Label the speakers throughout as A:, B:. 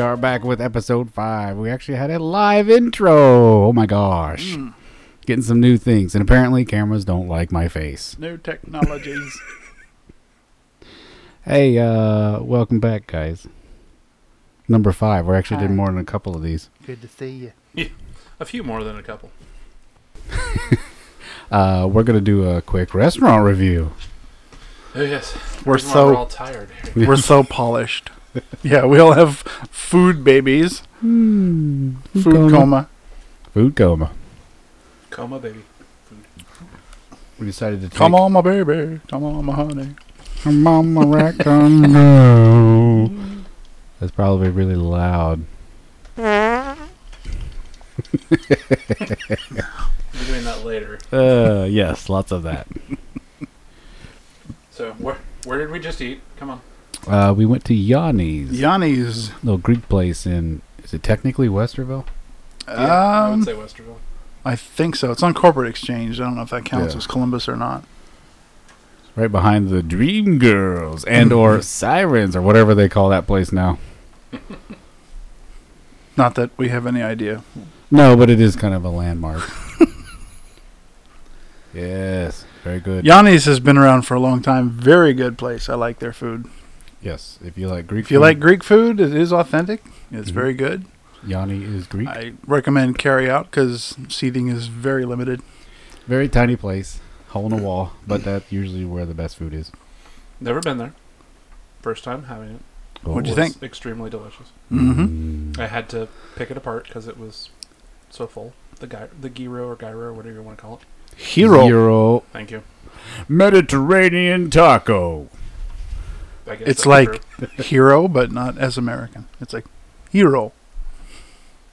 A: are back with episode five. We actually had a live intro. Oh my gosh.
B: Mm,
A: Getting some new things. And apparently, cameras don't like my face.
B: New technologies.
A: Hey, uh, welcome back, guys. Number five. We actually did
C: Hi.
A: more than a couple of these.
C: Good to see you.
B: a few more than a couple.
A: Uh, we're going to do a quick restaurant review.
B: Oh yes.
C: We're
B: Reason why we're
C: so-
B: all tired. Harry.
C: We're so polished. Yeah, we all have food babies,
A: Hmm.
C: food coma.
A: Food coma.
B: Coma baby.
A: We decided to take
C: Come on, my baby. Come on, my honey.
A: Come on, my raccoon. go. That's probably really loud.
B: We're doing that later.
A: Uh, yes, lots of that.
B: So where where did we just eat? Come on.
A: Uh, we went to Yanni's,
C: Yanni's.
A: little Greek place in. Is it technically Westerville?
B: I would
C: Um,
B: say Westerville.
C: I think so. It's on Corporate Exchange. I don't know if that counts
A: Yeah.
C: as Columbus or not.
A: Right behind the Dream Girls and or Sirens or whatever they call that place now.
C: Not that we have any idea.
A: No, but it is kind of a landmark. yes, very good.
C: Yanni's has been around for a long time. Very good place. I like their food.
A: Yes, if you like Greek,
C: If you
B: Mm.
A: food,
C: like Greek food, it is authentic. It's
B: Mm-hmm.
A: Mhm.
C: very good.
A: Yanni is Greek.
C: I recommend carry out because seating is very limited.
A: Very tiny place, hole in a wall, but that's usually where the best food is.
B: Never been there. First time having it.
C: What'd you
A: Oh, Mm.
C: think?
B: It's extremely delicious.
C: Mm-hmm.
B: I had to pick it apart because it was so full. The guy, the gyro or gyro or whatever you want to call it.
C: Hero.
A: Zero
B: Thank you.
A: Mediterranean taco.
B: I
C: It's
B: guess that's
C: like
B: true.
C: hero, but not as American. It's like hero,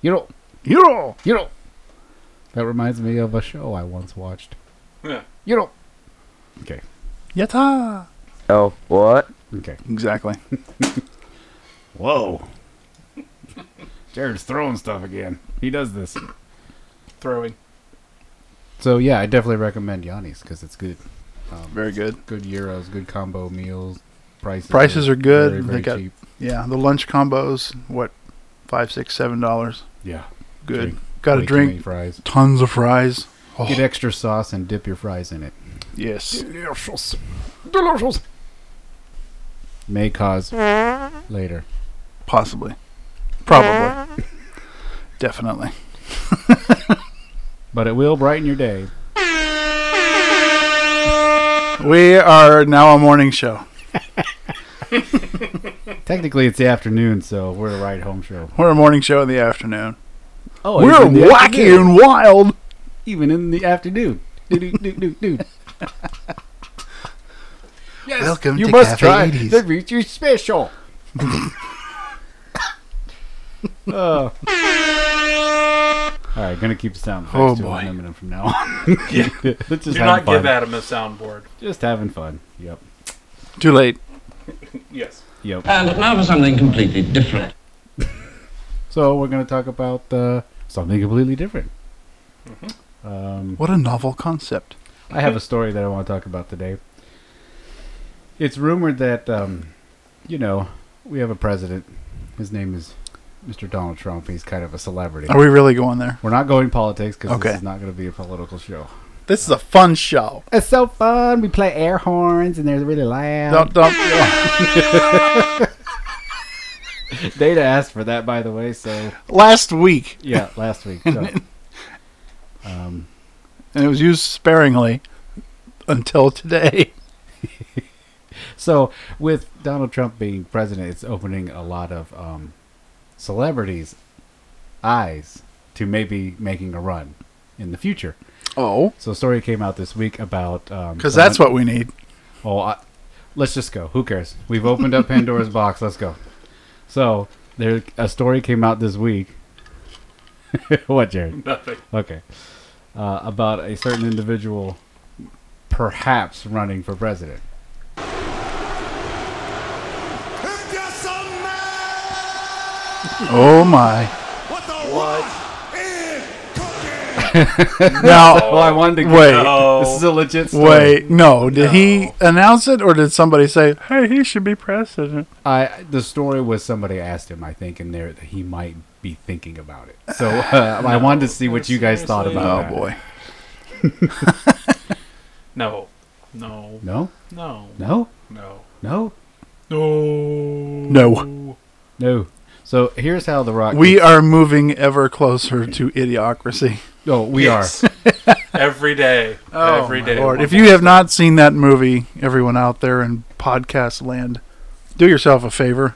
A: You know,
C: hero.
A: you know. That reminds me of a show I once watched.
B: yeah.
A: You know.
C: Yata.
D: Oh, what?
A: Okay.
C: Exactly.
A: Whoa. Jared's throwing stuff again. He does this.
B: throwing.
A: So yeah, I definitely recommend Yanni's because it's good. Um,
C: Very good.
A: good euros, good combo meals. Prices.
C: Prices are good.
A: Very,
C: They
A: very
C: got-
A: cheap.
C: Yeah, the lunch combos. What, five, six, seven dollars.
A: Yeah.
C: Good.
A: Drink.
C: Got
A: Way
C: a
A: too many
C: drink.
A: Fries.
C: Tons of fries. Oh,
A: Get extra sauce and dip your fries in it.
C: yes.
A: Delicious. Delicious. May cause later.
C: Possibly. Probably. Definitely.
A: But it will brighten your day.
C: We are now a morning show.
A: Technically, it's the afternoon, so we're a ride home show.
C: We're a morning show in the afternoon.
A: Oh,
C: We're wacky and wild.
A: even in the afternoon. Doo-doo-doo-doo-doo. yes,
C: Welcome
A: you
C: to
A: must
C: Cafe
A: try
C: 80s.
A: the Reacher Special. Oh. All right, gonna keep the sound
C: Oh,
A: effects to a
C: boy.
A: minimum from now on.
B: Yeah.
A: Let's just
B: Do
A: having
B: not
A: fun.
B: give Adam a soundboard.
A: Just having fun. Yep.
C: Too late.
B: Yes.
A: Yep.
E: And now for something completely different.
A: So we're gonna talk about uh, something completely different. Um,
C: What a novel concept.
A: I have a story that I want to talk about today. It's rumored that, um, you know, we have a president. His name is Mr. Donald Trump. He's kind of a celebrity.
C: Are we really going there?
A: We're not going politics because
C: Okay.
A: this is not going to be a political show.
C: This is a fun show.
A: It's so fun. We play air horns and they're really loud.
C: Don't don't.
A: Data asked for that, by the way. So
C: last week,
A: yeah, last week. So. Um,
C: and it was used sparingly until today.
A: So with Donald Trump being president, it's opening a lot of um, celebrities' eyes to maybe making a run in the future.
C: Oh,
A: So a story came out this week about um,
C: because that's what we need.
A: Oh, I, let's just go. Who cares? We've opened up Pandora's box. Let's go. So there, a story came out this week. what, Jared?
B: Nothing.
A: Okay, uh, about a certain individual perhaps running for president.
C: Oh my! Oh,
F: What the what? in cooking?
C: Now,
A: well, I wanted to.
C: Wait.
B: No.
A: This is a legit story.
C: Wait, no. Did he
B: No.
C: announce it, or did somebody say, "Hey, he should be president"?
A: I the story was somebody asked him, I think, and there that he might be thinking about it. So uh, I wanted to see what you guys thought
B: seriously?
A: about.
C: Oh
A: that.
C: boy.
B: No. No.
A: No,
B: No.
A: no,
B: No.
A: no,
B: No. No.
A: no. So here's how the Rock.
C: We are moving ever closer to idiocracy.
A: Oh, we
B: Yes. Every day. every day.
C: Lord, if you have not seen that movie, everyone out there in podcast land, do yourself a favor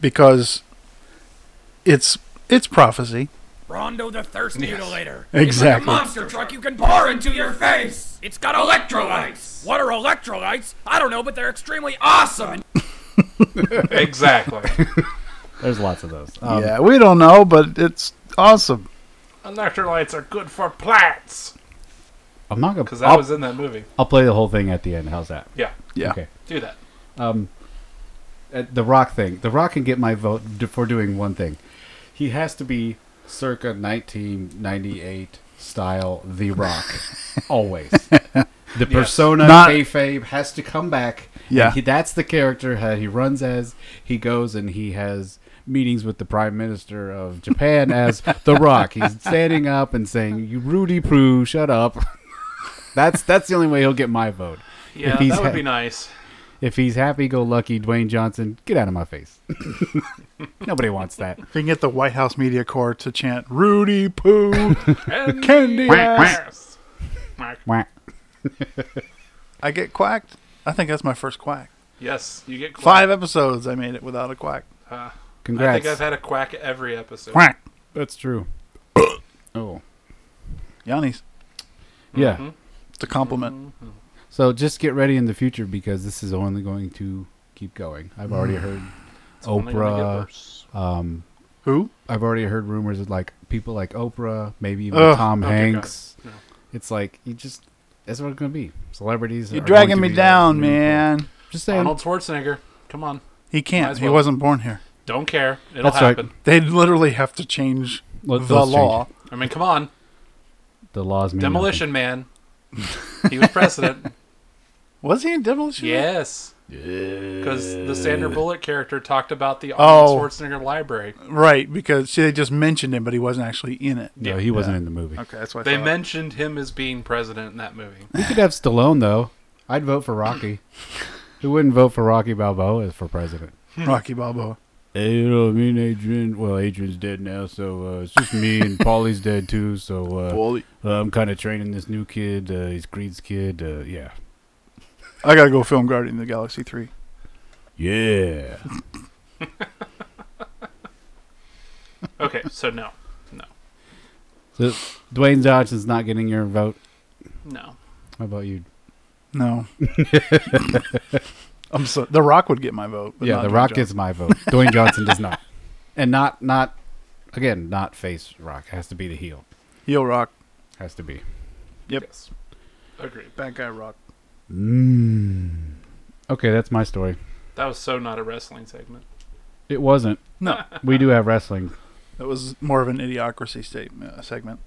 C: because it's it's prophecy.
D: Rondo the Thirst
B: Yes.
D: Mutilator. It's
C: Exactly.
D: like a monster truck you can pour into your face. It's got electrolytes. What are electrolytes? I don't know, but they're extremely awesome. And
B: exactly.
A: are. There's lots of those. Um,
C: yeah, we don't know, but it's awesome.
B: Electrolytes are good for plants.
A: I'm not
B: Because
A: gonna.
B: that
A: I'll,
B: was in that movie.
A: I'll play the whole thing at the end. How's that?
B: Yeah.
C: Yeah.
A: Okay.
B: Do that.
A: um, uh, the Rock thing. The Rock can get my vote d- for doing one thing. He has to be circa 1998 style The Rock, always. The persona
C: Not-
A: kayfabe has to come back.
C: Yeah.
A: And he, that's the character that he runs as. He goes and he has meetings with the Prime Minister of Japan as The Rock. He's standing up and saying, "You Rudy Prue, shut up." that's that's the only way he'll get my vote.
B: Yeah,
A: he's
B: that would
A: ha-
B: be nice.
A: If he's happy go lucky, Dwayne Johnson, get out of my face. Nobody wants that.
C: If you can get the White House media corps to chant Rudy Poo
B: And
C: Candy Ass,
B: yes.
A: Wah.
C: I get quacked. I think that's my first quack.
B: Yes, you get quack.
C: Five episodes I made it without a quack.
B: Uh, I
A: Congrats.
B: think I've had a quack every episode.
C: Quack.
A: That's true. oh.
C: Yanni's.
A: Yeah.
B: Mm-hmm.
C: It's a compliment.
A: So just get ready in the future because this is only going to keep going. I've already heard
B: Only gonna get
A: Oprah.
B: worse.
A: Um,
C: Who?
A: I've already heard rumors of like people like Oprah, maybe even
C: Ugh.
A: Tom
B: Oh, dear
A: Hanks.
B: God. No.
A: It's like you just that's what it's gonna be. Celebrities.
C: You're
A: are going
C: dragging
A: to
C: me
A: be-
C: down, man.
A: Just saying.
B: Arnold Schwarzenegger. Come on.
C: He
B: Might
C: can't.
B: as
C: He
B: well.
C: wasn't born here.
B: Don't care. It'll
A: That's right.
B: happen.
C: They'd literally have to change
A: Let
C: the
A: those change.
C: law.
B: I mean, come on.
A: The laws. mean
B: Demolition Man. He was president.
C: Was he in Demolition? Man?
B: yes. Because the Sandra Bullock character talked about the
C: Oh.
B: Arnold Schwarzenegger library.
C: Right, because see, they just mentioned him, but he wasn't actually in it.
A: nothing. No, he wasn't in the movie.
C: Okay, that's what
B: They mentioned him as being president in that movie.
A: We could have Stallone though. I'd vote for Rocky. Who wouldn't vote for Rocky Balboa as for president?
C: Rocky Balboa.
A: you know what I mean, Adrian? Well, Adrian's dead now, so uh, it's just me and Paulie's dead too. So uh, I'm kind of training this new kid. Uh, he's Creed's kid. Uh, yeah,
C: I gotta go film Guardian of the Galaxy three.
A: yeah.
B: Okay, so no. No.
A: So Dwayne Johnson's not getting your vote.
B: No.
A: How about you?
C: No, I'm so The Rock would get my vote. but
A: yeah,
C: not
A: The
C: Dwayne
A: Rock
C: Johnson.
A: gets my vote. Dwayne Johnson does not, and not not again not face Rock. Has to be the heel.
C: heel Rock,
A: Has to be.
C: Yep.
B: Yes. Agreed.
C: bad guy Rock.
A: Mm. Okay, that's my story.
B: That was so not a wrestling segment.
A: It wasn't.
C: No,
A: We do have wrestling.
C: that was more of an idiocracy statement uh, segment.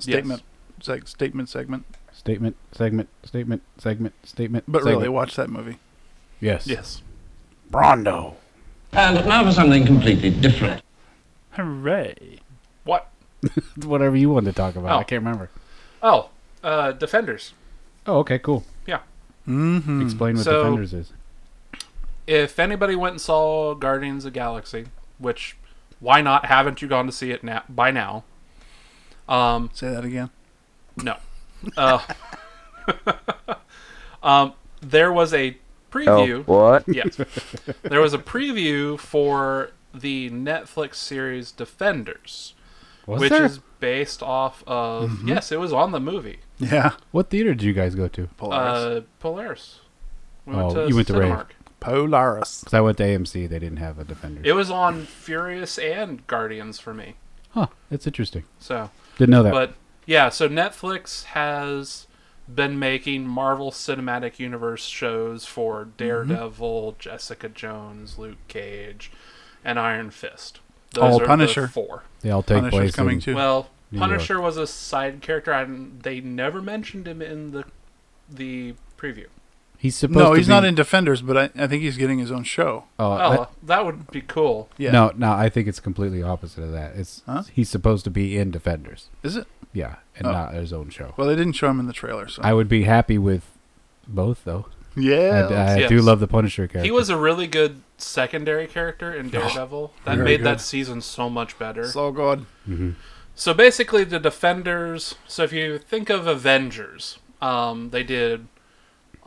C: Statement, seg- statement segment.
A: Statement, segment, statement, segment, statement.
C: But
A: segment.
C: really, watch that movie.
A: Yes.
B: Yes.
A: Brondo.
E: now for something completely different.
C: Hooray!
B: What?
A: Whatever you wanted to talk about.
B: Oh.
A: I can't remember.
B: Oh, uh, Defenders.
A: Oh, okay, cool.
C: Mm-hmm.
A: Hmm. Explain what
B: So-
A: Defenders is.
B: If anybody went and saw Guardians of the Galaxy, which why not? Haven't you gone to see it now? By now, um,
C: Say that again.
B: no. Uh, um, there was a preview.
F: What?
B: Yes, there was a preview for the Netflix series Defenders,
A: Was
B: which
A: there? Mm-hmm.
B: is based off of. Yes, it was on the movie.
C: Yeah,
A: What theater did you guys go to?
C: Polaris.
B: Uh, Polaris. We
A: Oh, you went to Rave.
B: Cinemark.
C: Polaris.
A: Because I went to AMC. They didn't have a Defenders.
B: It was on Furious and Guardians for me.
A: huh. That's interesting.
B: So,
A: Didn't know that.
B: but yeah, so Netflix has been making Marvel Cinematic Universe shows for Daredevil, Jessica Jones, Luke Cage, and Iron Fist. Those
C: All
B: the
C: Punisher.
B: four.
A: they all take
C: Punisher's
A: place.
C: coming
A: in-
C: too.
B: Well,
A: New York.
B: Punisher was a side character, and they never mentioned him in the the preview.
A: He's supposed
C: No,
A: to
C: he's
A: be-
C: not in Defenders, but I, I think he's getting his own show.
A: Oh, I-
B: Oh, that would be cool.
C: Yeah.
A: No, no, I think it's completely opposite of that. It's
C: Huh?
A: he's supposed to be in Defenders.
C: Is it?
A: Yeah, and
C: Oh.
A: not his own show.
C: Well, they didn't show him in the trailer, so.
A: I would be happy with both though.
C: yeah.
A: I, I
B: Yes.
A: do love the Punisher character.
B: He was a really good secondary character in Daredevil. that
C: very
B: made
C: good.
B: that season so much better. So,
C: so good.
B: basically, the Defenders. So if you think of Avengers, um, they did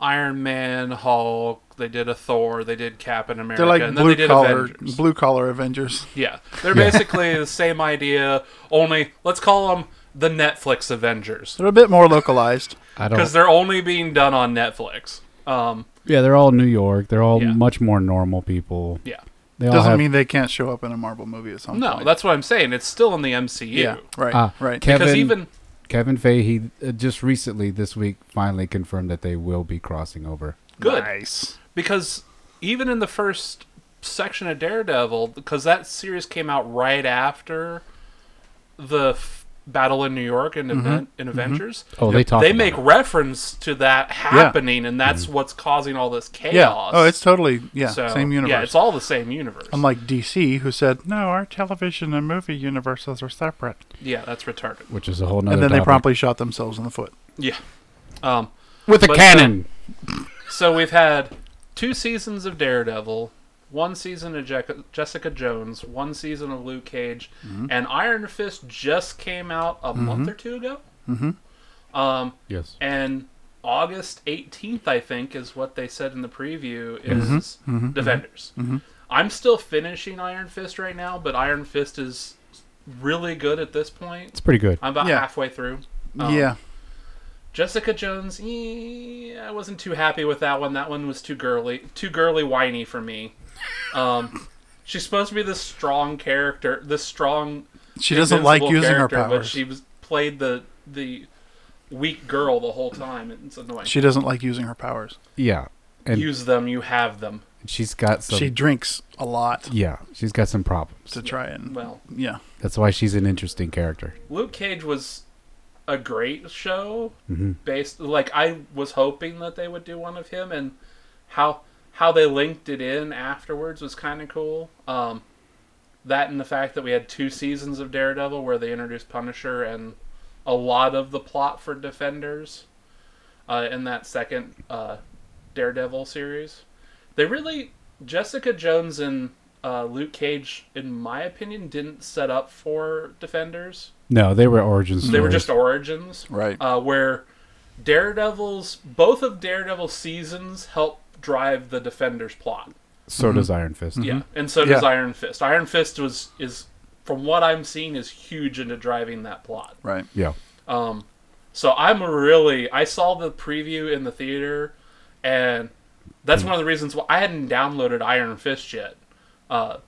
B: Iron Man, Hulk. They did a Thor. They did Captain America.
C: They're like
B: and then
C: blue
B: they did
C: collar,
B: Avengers.
C: blue collar Avengers.
B: Yeah, they're basically the same idea. Only let's call them the Netflix Avengers
C: They're a bit more localized.
A: I don't.
B: because they're only being done on Netflix. Um,
A: yeah, they're all New York. They're all
B: Yeah.
A: much more normal people.
B: yeah,
A: They all
C: Doesn't
A: have,
C: mean they can't show up in a Marvel movie at some
B: no,
C: point.
B: that's what I'm saying. It's still in the MCU.
C: yeah, right,
A: Ah,
C: right.
A: Kevin
B: Because even
A: Kevin Feige uh, just recently this week finally confirmed that they will be crossing over.
B: good
C: Nice.
B: because even in the first section of Daredevil, because that series came out right after the f- battle in New York in, Aven- in Avengers.
A: Mm-hmm. Oh, they talk.
B: They
A: about
B: make
A: it.
B: reference to that happening, and that's what's causing all this chaos.
C: Mm-hmm. Yeah. Oh, it's totally yeah,
B: So,
C: same universe.
B: Yeah, it's all the same universe.
C: Unlike DC, who said no, our television and movie universes are separate,
B: yeah, that's retarded.
A: which is a whole nother.
C: and then they
A: topic.
C: promptly shot themselves in the foot.
B: Yeah. Um,
A: with a
B: but, uh,
A: cannon.
B: so we've had two seasons of Daredevil, one season of Jec- Jessica Jones, one season of Luke Cage, and Iron Fist just came out a month or two ago.
A: yes.
B: And August 18th, I think, is what they said in the preview is Defenders. I'm still finishing Iron Fist right now, but Iron Fist is really good at this point.
A: It's pretty good.
B: I'm about
C: Yeah.
B: halfway through.
C: yeah.
B: Jessica Jones, eh, I wasn't too happy with that one. That one was too girly, too girly whiny for me. Um, she's supposed to be this strong character, this strong.
C: She doesn't like
B: invincible
C: using her
B: character, but
C: powers.
B: she
C: She,
B: was played the the weak girl the whole time. and It's annoying.
C: doesn't like using her powers.
A: Yeah, and
B: Use them, you have them.
A: she's got some.
C: she drinks a lot
A: yeah, she's got some problems.
C: to try and
B: Well,
C: yeah.
A: That's why she's an interesting character.
B: Luke Cage was a great show. Based like I was hoping that they would do one of him, and how how they linked it in afterwards was kind of cool. Um, that and the fact that we had two seasons of Daredevil where they introduced Punisher and a lot of the plot for Defenders uh, in that second uh, Daredevil series. They really Jessica Jones and uh, Luke Cage, in my opinion, didn't set up for Defenders.
A: No, they were origin stories.
B: They were just origins,
C: Right.
B: Uh, where Daredevil's both of Daredevil's seasons help drive the Defenders plot.
A: So does Iron Fist.
B: Yeah, and so does
C: Mm-hmm. Yeah.
B: Iron Fist. Iron Fist was is from what I'm seeing is huge into driving that plot.
C: Right.
A: Yeah.
B: So I'm really I saw the preview in the theater, and that's
C: Mm.
B: one of the reasons why I hadn't downloaded Iron Fist yet. Uh,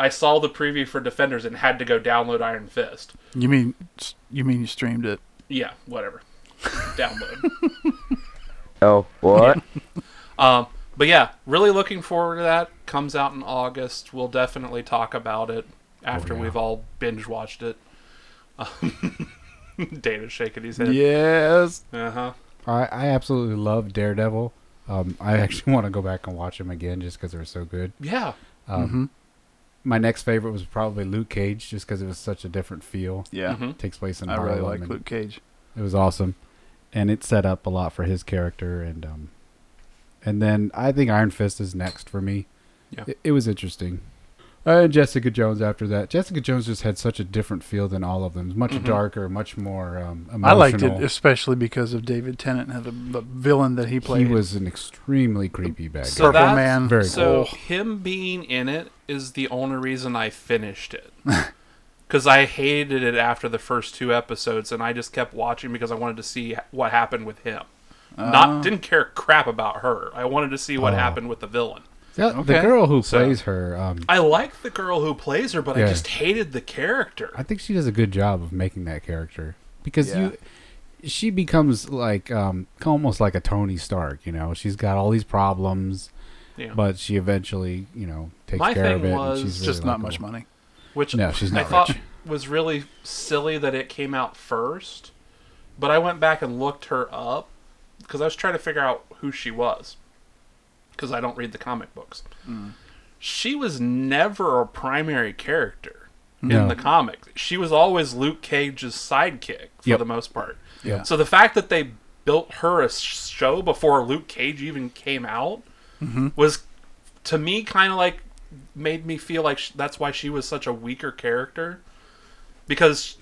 B: I saw the preview for Defenders and had to go download Iron Fist.
C: You mean you mean you streamed it?
B: Yeah, whatever. Download.
F: Oh, what?
B: Um, but yeah, really looking forward to that. Comes out in August. We'll definitely talk about it after we've all binge watched it. Um, Dana's shaking his head.
C: Yes.
B: Uh huh.
A: I, I absolutely love Daredevil. Um, I actually want to go back and watch him again just because they were so good.
B: Yeah.
A: My next favorite was probably Luke Cage just because it was such a different feel.
C: Yeah.
A: It takes place in
C: I
A: Harlem.
C: really like
A: and
C: Luke Cage.
A: It was awesome, and it set up a lot for his character. And um, and then I think Iron Fist is next for me.
B: Yeah.
A: It, it was interesting. Uh, And Jessica Jones after that. Jessica Jones just had such a different feel than all of them. It's Much darker, much more um, emotional.
C: Mm-hmm. I liked it especially because of David Tennant and the, the villain that he
A: He
C: played.
A: was an extremely creepy bad guy.
B: So
C: Purple
B: that's-
C: Man.
A: Very
B: So
A: cool.
B: him being in it is the only reason I finished it. Because I hated it after the first two episodes, and I just kept watching because I wanted to see what happened with him. Not didn't care crap about her. I wanted to see what
A: Oh.
B: happened with the villain.
A: Yeah,
C: Okay.
A: The girl who
B: So-
A: plays her, um,
B: I like the girl who plays her, but
A: Yeah.
B: I just hated the character.
A: I think she does a good job of making that character because
C: Yeah.
A: you, she becomes like um, almost like a Tony Stark. You know, she's got all these problems,
B: Yeah.
A: but she eventually, you know, takes
B: My
A: care of
B: thing
A: it.
B: was
A: and she's
C: It's just
A: really
C: not much
A: likable.
C: money.
B: Which
A: No, she's
B: I
A: not
B: thought
A: rich.
B: was really silly that it came out first, but I went back and looked her up because I was trying to figure out who she was because I don't read the comic books. She was never a primary character
A: No.
B: in the comic. She was always Luke Cage's sidekick for
A: Yep.
B: the most part.
A: Yeah.
B: So the fact that they built her a show before Luke Cage even came out was to me kind of like made me feel like sh- that's why she was such a weaker character because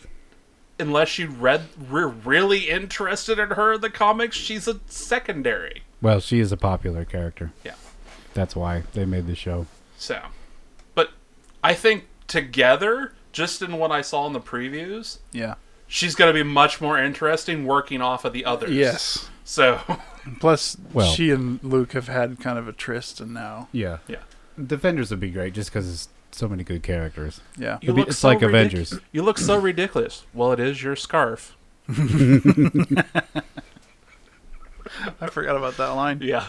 B: unless you read we're really interested in her in the comics she's a secondary
A: Well, she is a popular character.
B: yeah
A: That's why they made the show.
B: so but i think together just in what i saw in the previews
C: Yeah.
B: she's going to be much more interesting working off of the others
C: Yes.
B: so
C: Plus,
A: Well-
C: she and Luke have had kind of a tryst, and now,
A: Yeah.
B: yeah
A: Defenders would be great just because it's so many good characters.
C: yeah,
B: You
A: It'd be-
B: look
A: it's
B: so
A: like
B: ridic-
A: Avengers.
B: You look so ridiculous. Well, it is your scarf.
C: I forgot about that line.
B: Yeah.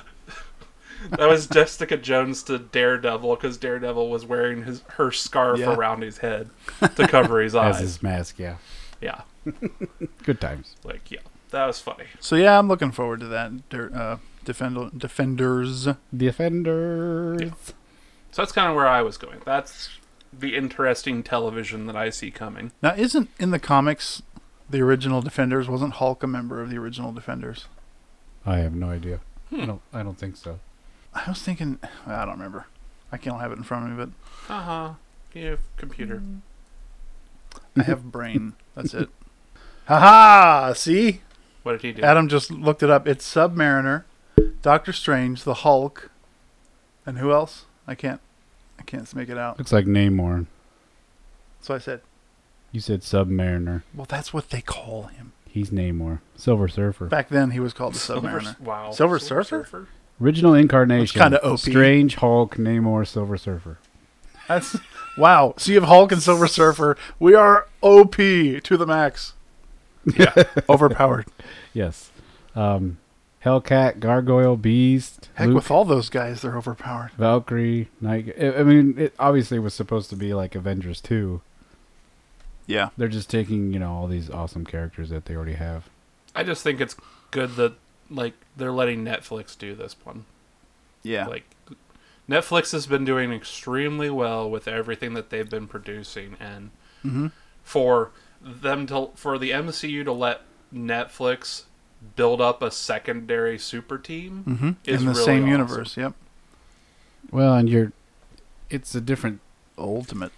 B: that was Jessica Jones to Daredevil because Daredevil was wearing his her scarf
C: Yeah.
B: around his head to cover his eyes.
A: As his mask, yeah.
B: Yeah.
A: Good times.
B: Like, yeah. That was funny.
C: So yeah, I'm looking forward to that. Der- Uh, Defender, defenders.
A: Defenders.
B: So that's kind of where I was going. That's the interesting television that I see coming.
C: Now, isn't in the comics the original Defenders? Wasn't Hulk a member of the original Defenders?
A: I have no idea.
B: Hmm.
A: I don't. I don't think so.
C: I was thinking. I don't remember. I can't have it in front of me,
B: Uh huh. Yeah, computer.
C: but I have brain. That's it. Haha! See,
B: What did he do?
C: Adam just looked it up. It's Submariner, Doctor Strange, the Hulk, and who else? I can't. I can't make it out.
A: Looks like Namor.
C: So I said,
A: You said Submariner.
C: "Well, that's what they call him."
A: He's Namor. Silver Surfer.
C: Back then, he was called the Submariner.
B: Silver, wow.
C: Silver Surfer?
A: Original incarnation.
C: That's kinda OP.
A: Strange Hulk, Namor, Silver Surfer.
C: That's wow. So you have Hulk and Silver Surfer. We are OP to the max. Yeah, overpowered.
A: Yes. Um, Hellcat, Gargoyle, Beast,
C: Heck,
A: Luke,
C: with all those guys, they're overpowered.
A: Valkyrie, Night. I I mean, it obviously was supposed to be like Avengers two.
C: Yeah,
A: They're just taking you know all these awesome characters that they already have.
B: I just think it's good that, like, they're letting Netflix do this one.
C: yeah.
B: like Netflix has been doing extremely well with everything that they've been producing, and
C: Mm-hmm.
B: for them to for the MCU to let Netflix build up a secondary super team is
C: in Mm-hmm. the
B: really
C: same
B: awesome.
C: universe. Yep.
A: Well, and you're, it's a different
C: Ultimate.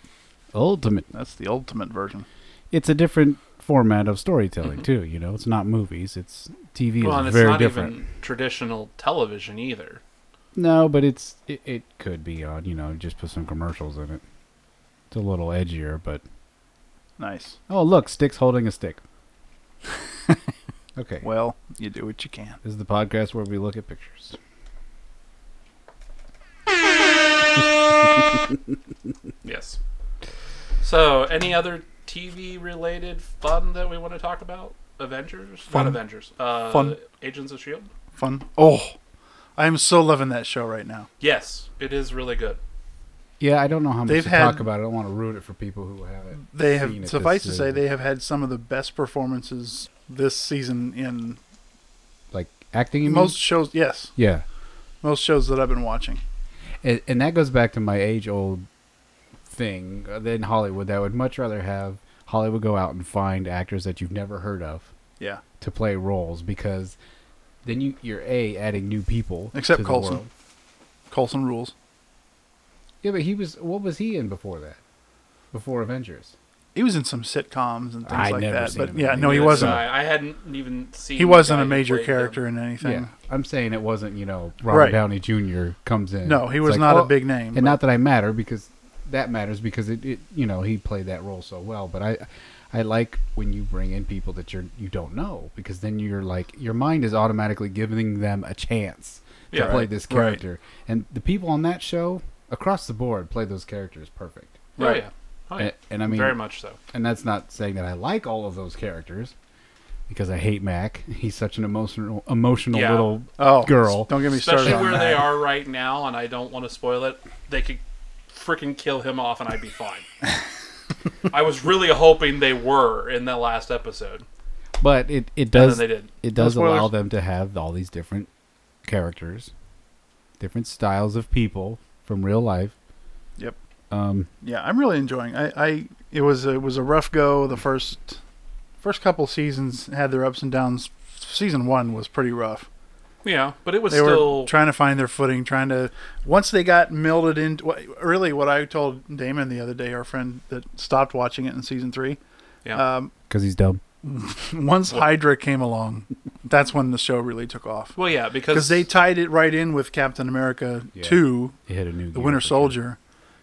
A: ultimate.
C: That's the ultimate version.
A: It's a different format of storytelling too. You know, it's not movies. It's TV
B: Mm-hmm. Well, and
A: is
B: it's
A: very
B: not
A: different.
B: even traditional television either.
A: No, but it's it, it could be on. You know, just put some commercials in it. It's a little edgier, but
C: Nice.
A: oh look, sticks holding a stick. okay,
C: Well, you do what you can.
A: this is the podcast where we look at pictures.
B: Yes. So, any other TV related fun that we want to talk about? Avengers?
C: Fun.
B: Not Avengers. Uh,
C: Fun.
B: Agents of Shield.
C: Fun. Oh, I am so loving that show right now.
B: Yes, it is really good.
A: Yeah, I don't know how much
C: They've
A: to
C: had-
A: talk about. I don't want to ruin it for people who haven't.
C: They
A: seen it
C: have
A: this
C: suffice to say
A: season.
C: they have had some of the best performances this season in
A: like acting. You mean?
C: most shows. Yes,
A: yeah,
C: most shows that I've been watching.
A: and, and that goes back to my age-old thing uh, in Hollywood. That I would much rather have Hollywood go out and find actors that you've never heard of
C: Yeah.
A: to play roles because then you you're a adding new people
C: Except
A: to the
C: Coulson.
A: world.
C: Colson rules.
A: Yeah, but he was what was he in before that? Before Avengers.
C: He was in some sitcoms and things
A: I'd
C: like
A: never
C: that.
A: seen
C: But
A: him
C: yeah,
A: in
C: no, he
A: either,
C: wasn't.
B: uh, I, I hadn't even seen.
C: He
B: the
C: wasn't
B: guy
C: a
B: who
C: major
B: played
C: character
B: him.
C: in anything.
A: Yeah, I'm saying it wasn't you know Robert
C: Right.
A: Downey Jr. comes in.
C: No, he
A: It's
C: was
A: like,
C: not
A: oh,
C: a big name.
A: and
C: but-
A: not that I matter because that matters because it, it you know he played that role so well. But I I like when you bring in people that you're you don't know because then you're like your mind is automatically giving them a chance to
B: Yeah.
A: play
B: Right.
A: this
C: Right.
A: character. And the people on that show across the board play those characters perfect.
B: Oh,
C: Right.
B: yeah. Oh, yeah.
A: And, and I mean
B: very much so.
A: and that's not saying that I like all of those characters because I hate Mac. He's such an emotional, emotional
B: Yeah.
A: little
C: oh,
A: girl.
C: Don't get me
B: Especially
C: started on
B: where
C: that.
B: they are right now, and I don't want to spoil it. They could freaking kill him off, and I'd be fine. I was really hoping they were in that last episode,
A: But it, it
B: and
A: does
B: then they didn't.
A: it does
C: spoilers.
A: allow them to have all these different characters, different styles of people from real life.
C: Yep.
A: Um,
C: Yeah, I'm really enjoying. I, I it was it was a rough go. The first first couple seasons had their ups and downs. Season one was pretty rough.
B: Yeah, but it was
C: They
B: still
C: were trying to find their footing, trying to once they got melded into. wha- Really, what I told Damon the other day, our friend that stopped watching it in season three.
B: Yeah.
C: Um,
A: because he's dumb.
C: once Hydra came along, that's when the show really took off
B: well, yeah, because
C: because they tied it right in with Captain America
A: Yeah.
C: two,
A: He had a new
C: the Winter Soldier,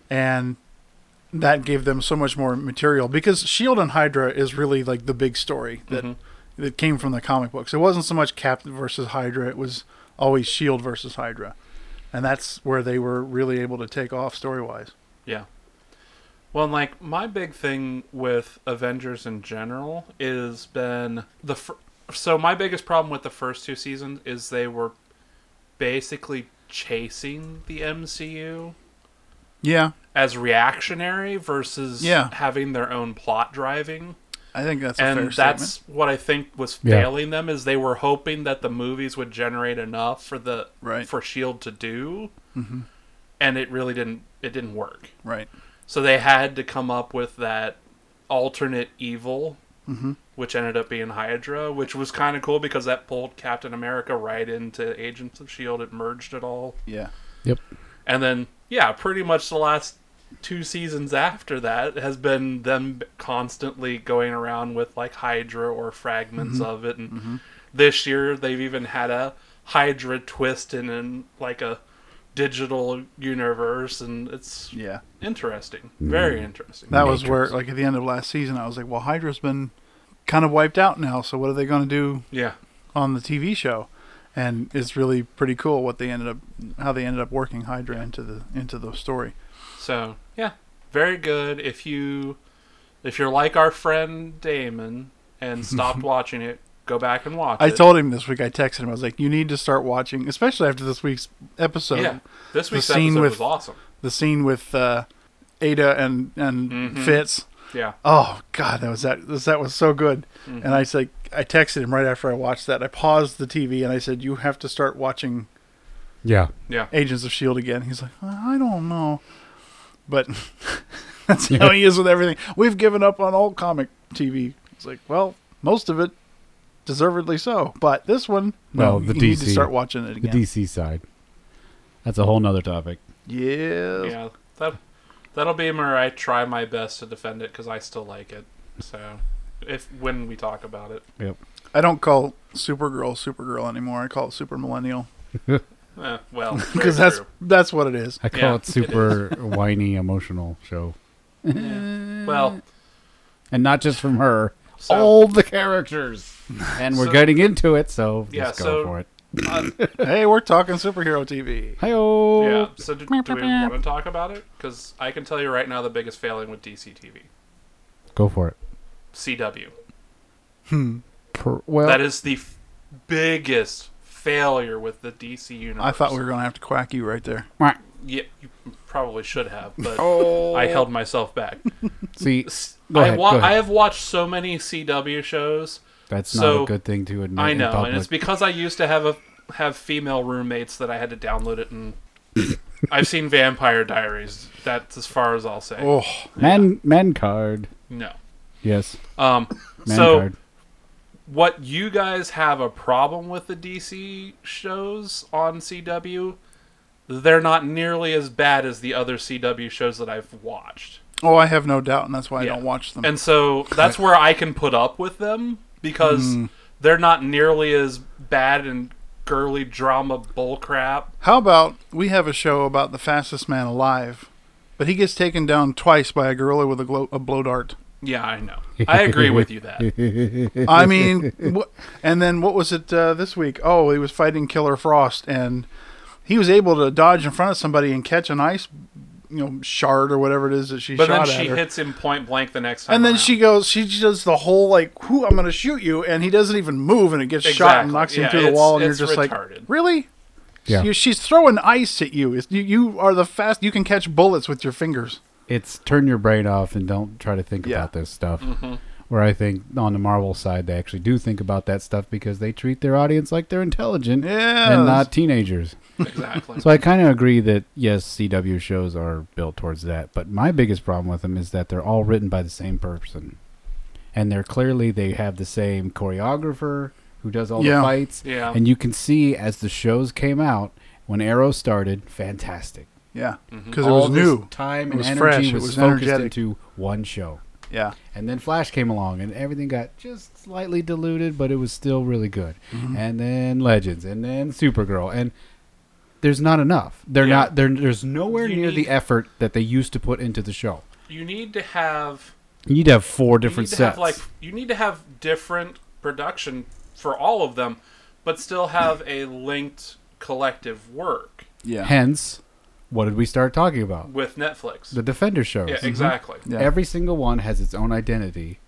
C: and that gave them so much more material because Shield E and Hydra is really like the big story that that came from the comic books. It wasn't so much Captain versus Hydra; it was always Shield E versus Hydra, and that's where they were really able to take off story wise.
B: Yeah. Well, and, like my big thing with Avengers in general is been the fir- so my biggest problem with the first two seasons is they were basically chasing the MCU
C: Yeah,
B: as reactionary versus
C: Yeah.
B: having their own plot driving
C: I think that's a fair
B: and that's what I think was
A: Yeah.
B: failing them is they were hoping that the movies would generate enough for the
C: Right. Mm-hmm.
B: for Shield E to do, and it really didn't. It didn't work.
C: statement. Right.
B: So they had to come up with that alternate evil, which ended up being Hydra, which was kind of cool because that pulled Captain America right into Agents of Shield. E It merged it all,
C: Yeah.
A: Yep.
B: and then yeah, pretty much the last two seasons after that has been them constantly going around with like Hydra or fragments of it, and this year they've even had a Hydra twist in, in like a digital universe, and it's
C: Yeah.
B: Interesting. Very interesting.
C: Mm. That was where, like, at the end of last season, I was like, "Well, Hydra's been kind of wiped out now. So what are they going to do
B: yeah.
C: on the TV show, and it's really pretty cool what they ended up, how they ended up working Hydra into the into the story.
B: So yeah, very good. If you if you're like our friend Damon and stopped watching it, go back and watch.
C: I
B: it.
C: told him this week. I texted him. I was like, "You need to start watching, especially after this week's episode.
B: yeah, this
C: the
B: week's
C: scene
B: episode
C: with-
B: was awesome.
C: The scene with uh, Ada and and Fitz.
B: Yeah,
C: Oh God, that was that this- that was so good. And I said, I texted him right after I watched that. I paused the TV and I said, "You have to start watching
A: Yeah.
B: yeah.
C: Agents of Shield E again. He's like, "Uh, I don't know, but that's how he is with everything. We've given up on all comic TV. It's like, well, most of it, deservedly so, but this one, no,
A: Well, the
C: you need to
A: DC
C: start watching it
A: The
C: again.
A: DC side. That's a whole nother topic.
C: yes.
B: Yeah, that that'll be where I try my best to defend it because I still like it. So if when we talk about it,
A: Yep.
C: I don't call Supergirl Supergirl anymore. I call it Super Millennial
B: eh, well,
C: because that's that's what it is.
A: I call
B: Yeah,
A: it super whiny, emotional show,
B: well,
A: and not just from her.
B: So-
A: all the characters, and we're
B: So-
A: getting into it, so
B: Yeah,
A: let's go
B: so-
A: for it.
C: hey, we're talking superhero TV.
A: Hi-oh.
B: yeah. So do, do we want to talk about it? Because I can tell you right now, the biggest failing with DC TV,
A: Go for it.
B: CW.
A: Per- well,
B: That is the f- biggest failure with the DC universe.
C: I thought we were gonna have to quack you right there.
B: Yeah, you probably should have, but I held myself back.
A: see, go
B: I,
A: ahead,
B: wa-
A: go ahead.
B: I have watched so many CW shows.
A: that's not
B: so-
A: a good thing to admit.
B: I
A: in
B: know, and
A: public.
B: it's because I used to have a have female roommates that I had to download it, and I've seen Vampire Diaries. That's as far as I'll say.
C: Oh,
A: man, man card.
B: No.
A: Yes,
B: Um.
A: man
B: so.
A: card.
B: what you guys have a problem with the DC shows on CW, they're not nearly as bad as the other CW shows that I've watched.
C: oh, I have no doubt, and that's why I
B: Yeah.
C: don't watch them.
B: And so that's where I can put up with them because
C: Mm.
B: they're not nearly as bad and girly drama bullcrap.
C: How about we have a show about the fastest man alive, but he gets taken down twice by a gorilla with a, glow, a blow dart.
B: Yeah, I know. I agree with you that.
C: I mean, wha- and then what was it uh, this week? Oh, he was fighting Killer Frost, and he was able to dodge in front of somebody and catch an ice, you know, shard or whatever it is that she
B: But then
C: shot at
B: she
C: her.
B: hits him point blank the next time.
C: and then
B: around.
C: she goes, she does the whole like, "Whoo, I'm going to shoot you," and he doesn't even move, and it gets shot and
B: Exactly.
C: knocks him
B: Yeah,
C: through the
B: it's-
C: wall, and you're
B: it's
C: just
B: retarded.
C: like, "Really?"
A: Yeah.
C: You, she's throwing ice at you. It's, you. You are the fast. You can catch bullets with your fingers.
A: it's turn your brain off and don't try to think
C: Yeah.
A: about this stuff. Where I think on the Marvel side, they actually do think about that stuff because they treat their audience like they're intelligent
C: Yeah,
A: and
C: that's-
A: not teenagers.
B: Exactly.
A: So I kind of agree that yes, CW shows are built towards that, but my biggest problem with them is that they're all written by the same person, and they're clearly they have the same choreographer who does all
C: Yeah.
A: the fights.
B: Yeah.
A: and you can see as the shows came out when Arrow started, fantastic
C: Yeah,
B: Mm-hmm.
C: because it
A: all
C: was
A: this
C: new.
A: Time
C: It
A: and
C: was
A: energy
C: fresh. It
A: was,
C: was
A: focused
C: energetic.
A: into one show,
C: Yeah,
A: and then Flash came along, and everything got just slightly diluted, but it was still really good.
B: Mm-hmm.
A: And then Legends, and then Supergirl, and there's not enough. They're
B: Yeah.
A: not. There, there's nowhere
B: You
A: near
B: need-
A: the effort that they used to put into the show.
B: you need to have
A: You need to have four
B: you
A: different
B: need to
A: sets.
B: Have, like you need to have different production for all of them, but still have a linked collective work
C: yeah,
A: Hence, what did we start talking about?
B: with Netflix.
A: The mm-hmm. Defender shows.
B: yeah, exactly.
C: yeah.
A: Every single one has its own identity,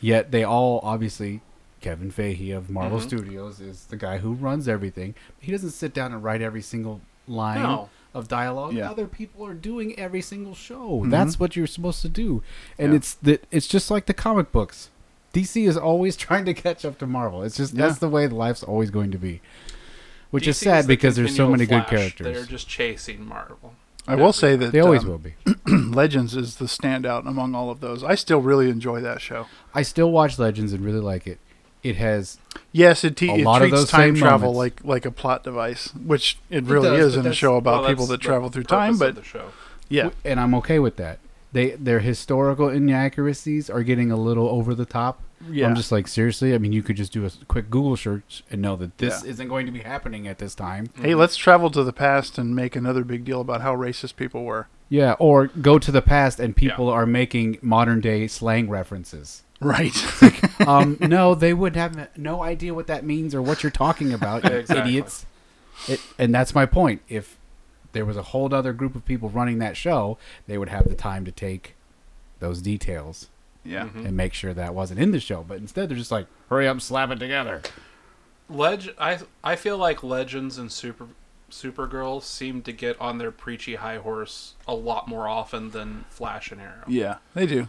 A: yet they all obviously. Kevin Feige of Marvel
B: Mm-hmm.
A: Studios is the guy who runs everything. He doesn't sit down and write every single line
B: No.
A: of dialogue.
C: Yeah.
A: Other people are doing every single show.
B: Mm-hmm.
A: That's what you're supposed to do, and it's the, it's just like the comic books. DC is always trying to catch up to Marvel. It's just
C: Yeah.
A: that's the way life's always going to be, which
B: DC
A: is sad
B: the
A: because there's so
B: continual
A: many good
B: Flash. They're
A: characters.
B: just chasing Marvel.
C: I will say that
A: They always
C: um,
A: will be.
C: Legends is the standout among all of those. I still really enjoy that show.
A: I still watch Legends and really like it. It has
C: Yes, it, te-
A: A
C: it
A: lot of
C: treats
A: those same
C: time travel
A: moments.
C: like like a plot device, which it really
A: does,
C: is
A: but
C: in a
A: that's-
C: show about
B: Well,
C: people that
B: that's the
C: travel through time.
B: purpose of
C: But
B: the show.
C: yeah,
A: w- and I'm okay with that. They their historical inaccuracies are getting a little over the top.
C: Yeah.
A: I'm just like seriously. I mean, you could just do a s- quick Google search and know that this
C: Yeah.
A: isn't going to be happening at this time.
C: hey, let's travel to the past and make another big deal about how racist people were.
A: Yeah, or go to the past and people are making modern day slang references.
C: Right.
A: Um, no, they would have no idea what that means or what you're talking about, you
B: Exactly.
A: idiots. It, and that's my point. If there was a whole other group of people running that show, they would have the time to take those details
C: yeah.
A: and make sure that wasn't in the show. But instead, they're just like, hurry up, slap it together.
B: Leg- I I feel like Legends and Super Supergirl seem to get on their preachy high horse a lot more often than Flash and Arrow.
C: Yeah, they do.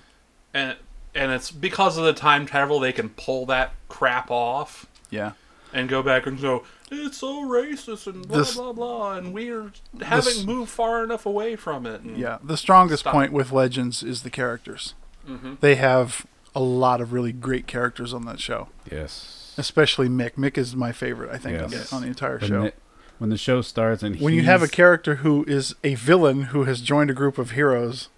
B: And and it's because of the time travel they can pull that crap off
C: Yeah.
B: and go back and go it's so racist and blah
C: This-
B: blah blah and we're haven't
C: this-
B: moved far enough away from it. And
C: Yeah, the strongest
B: Stop.
C: point with Legends is the characters. They have a lot of really great characters on that show,
A: Yes.
C: especially Mick. Mick is my favorite, I think, on,
A: Yes.
C: the, on the entire
A: When
C: show.
A: the, when the show starts and
C: when you have a
A: he's-
C: character who is a villain who has joined a group of heroes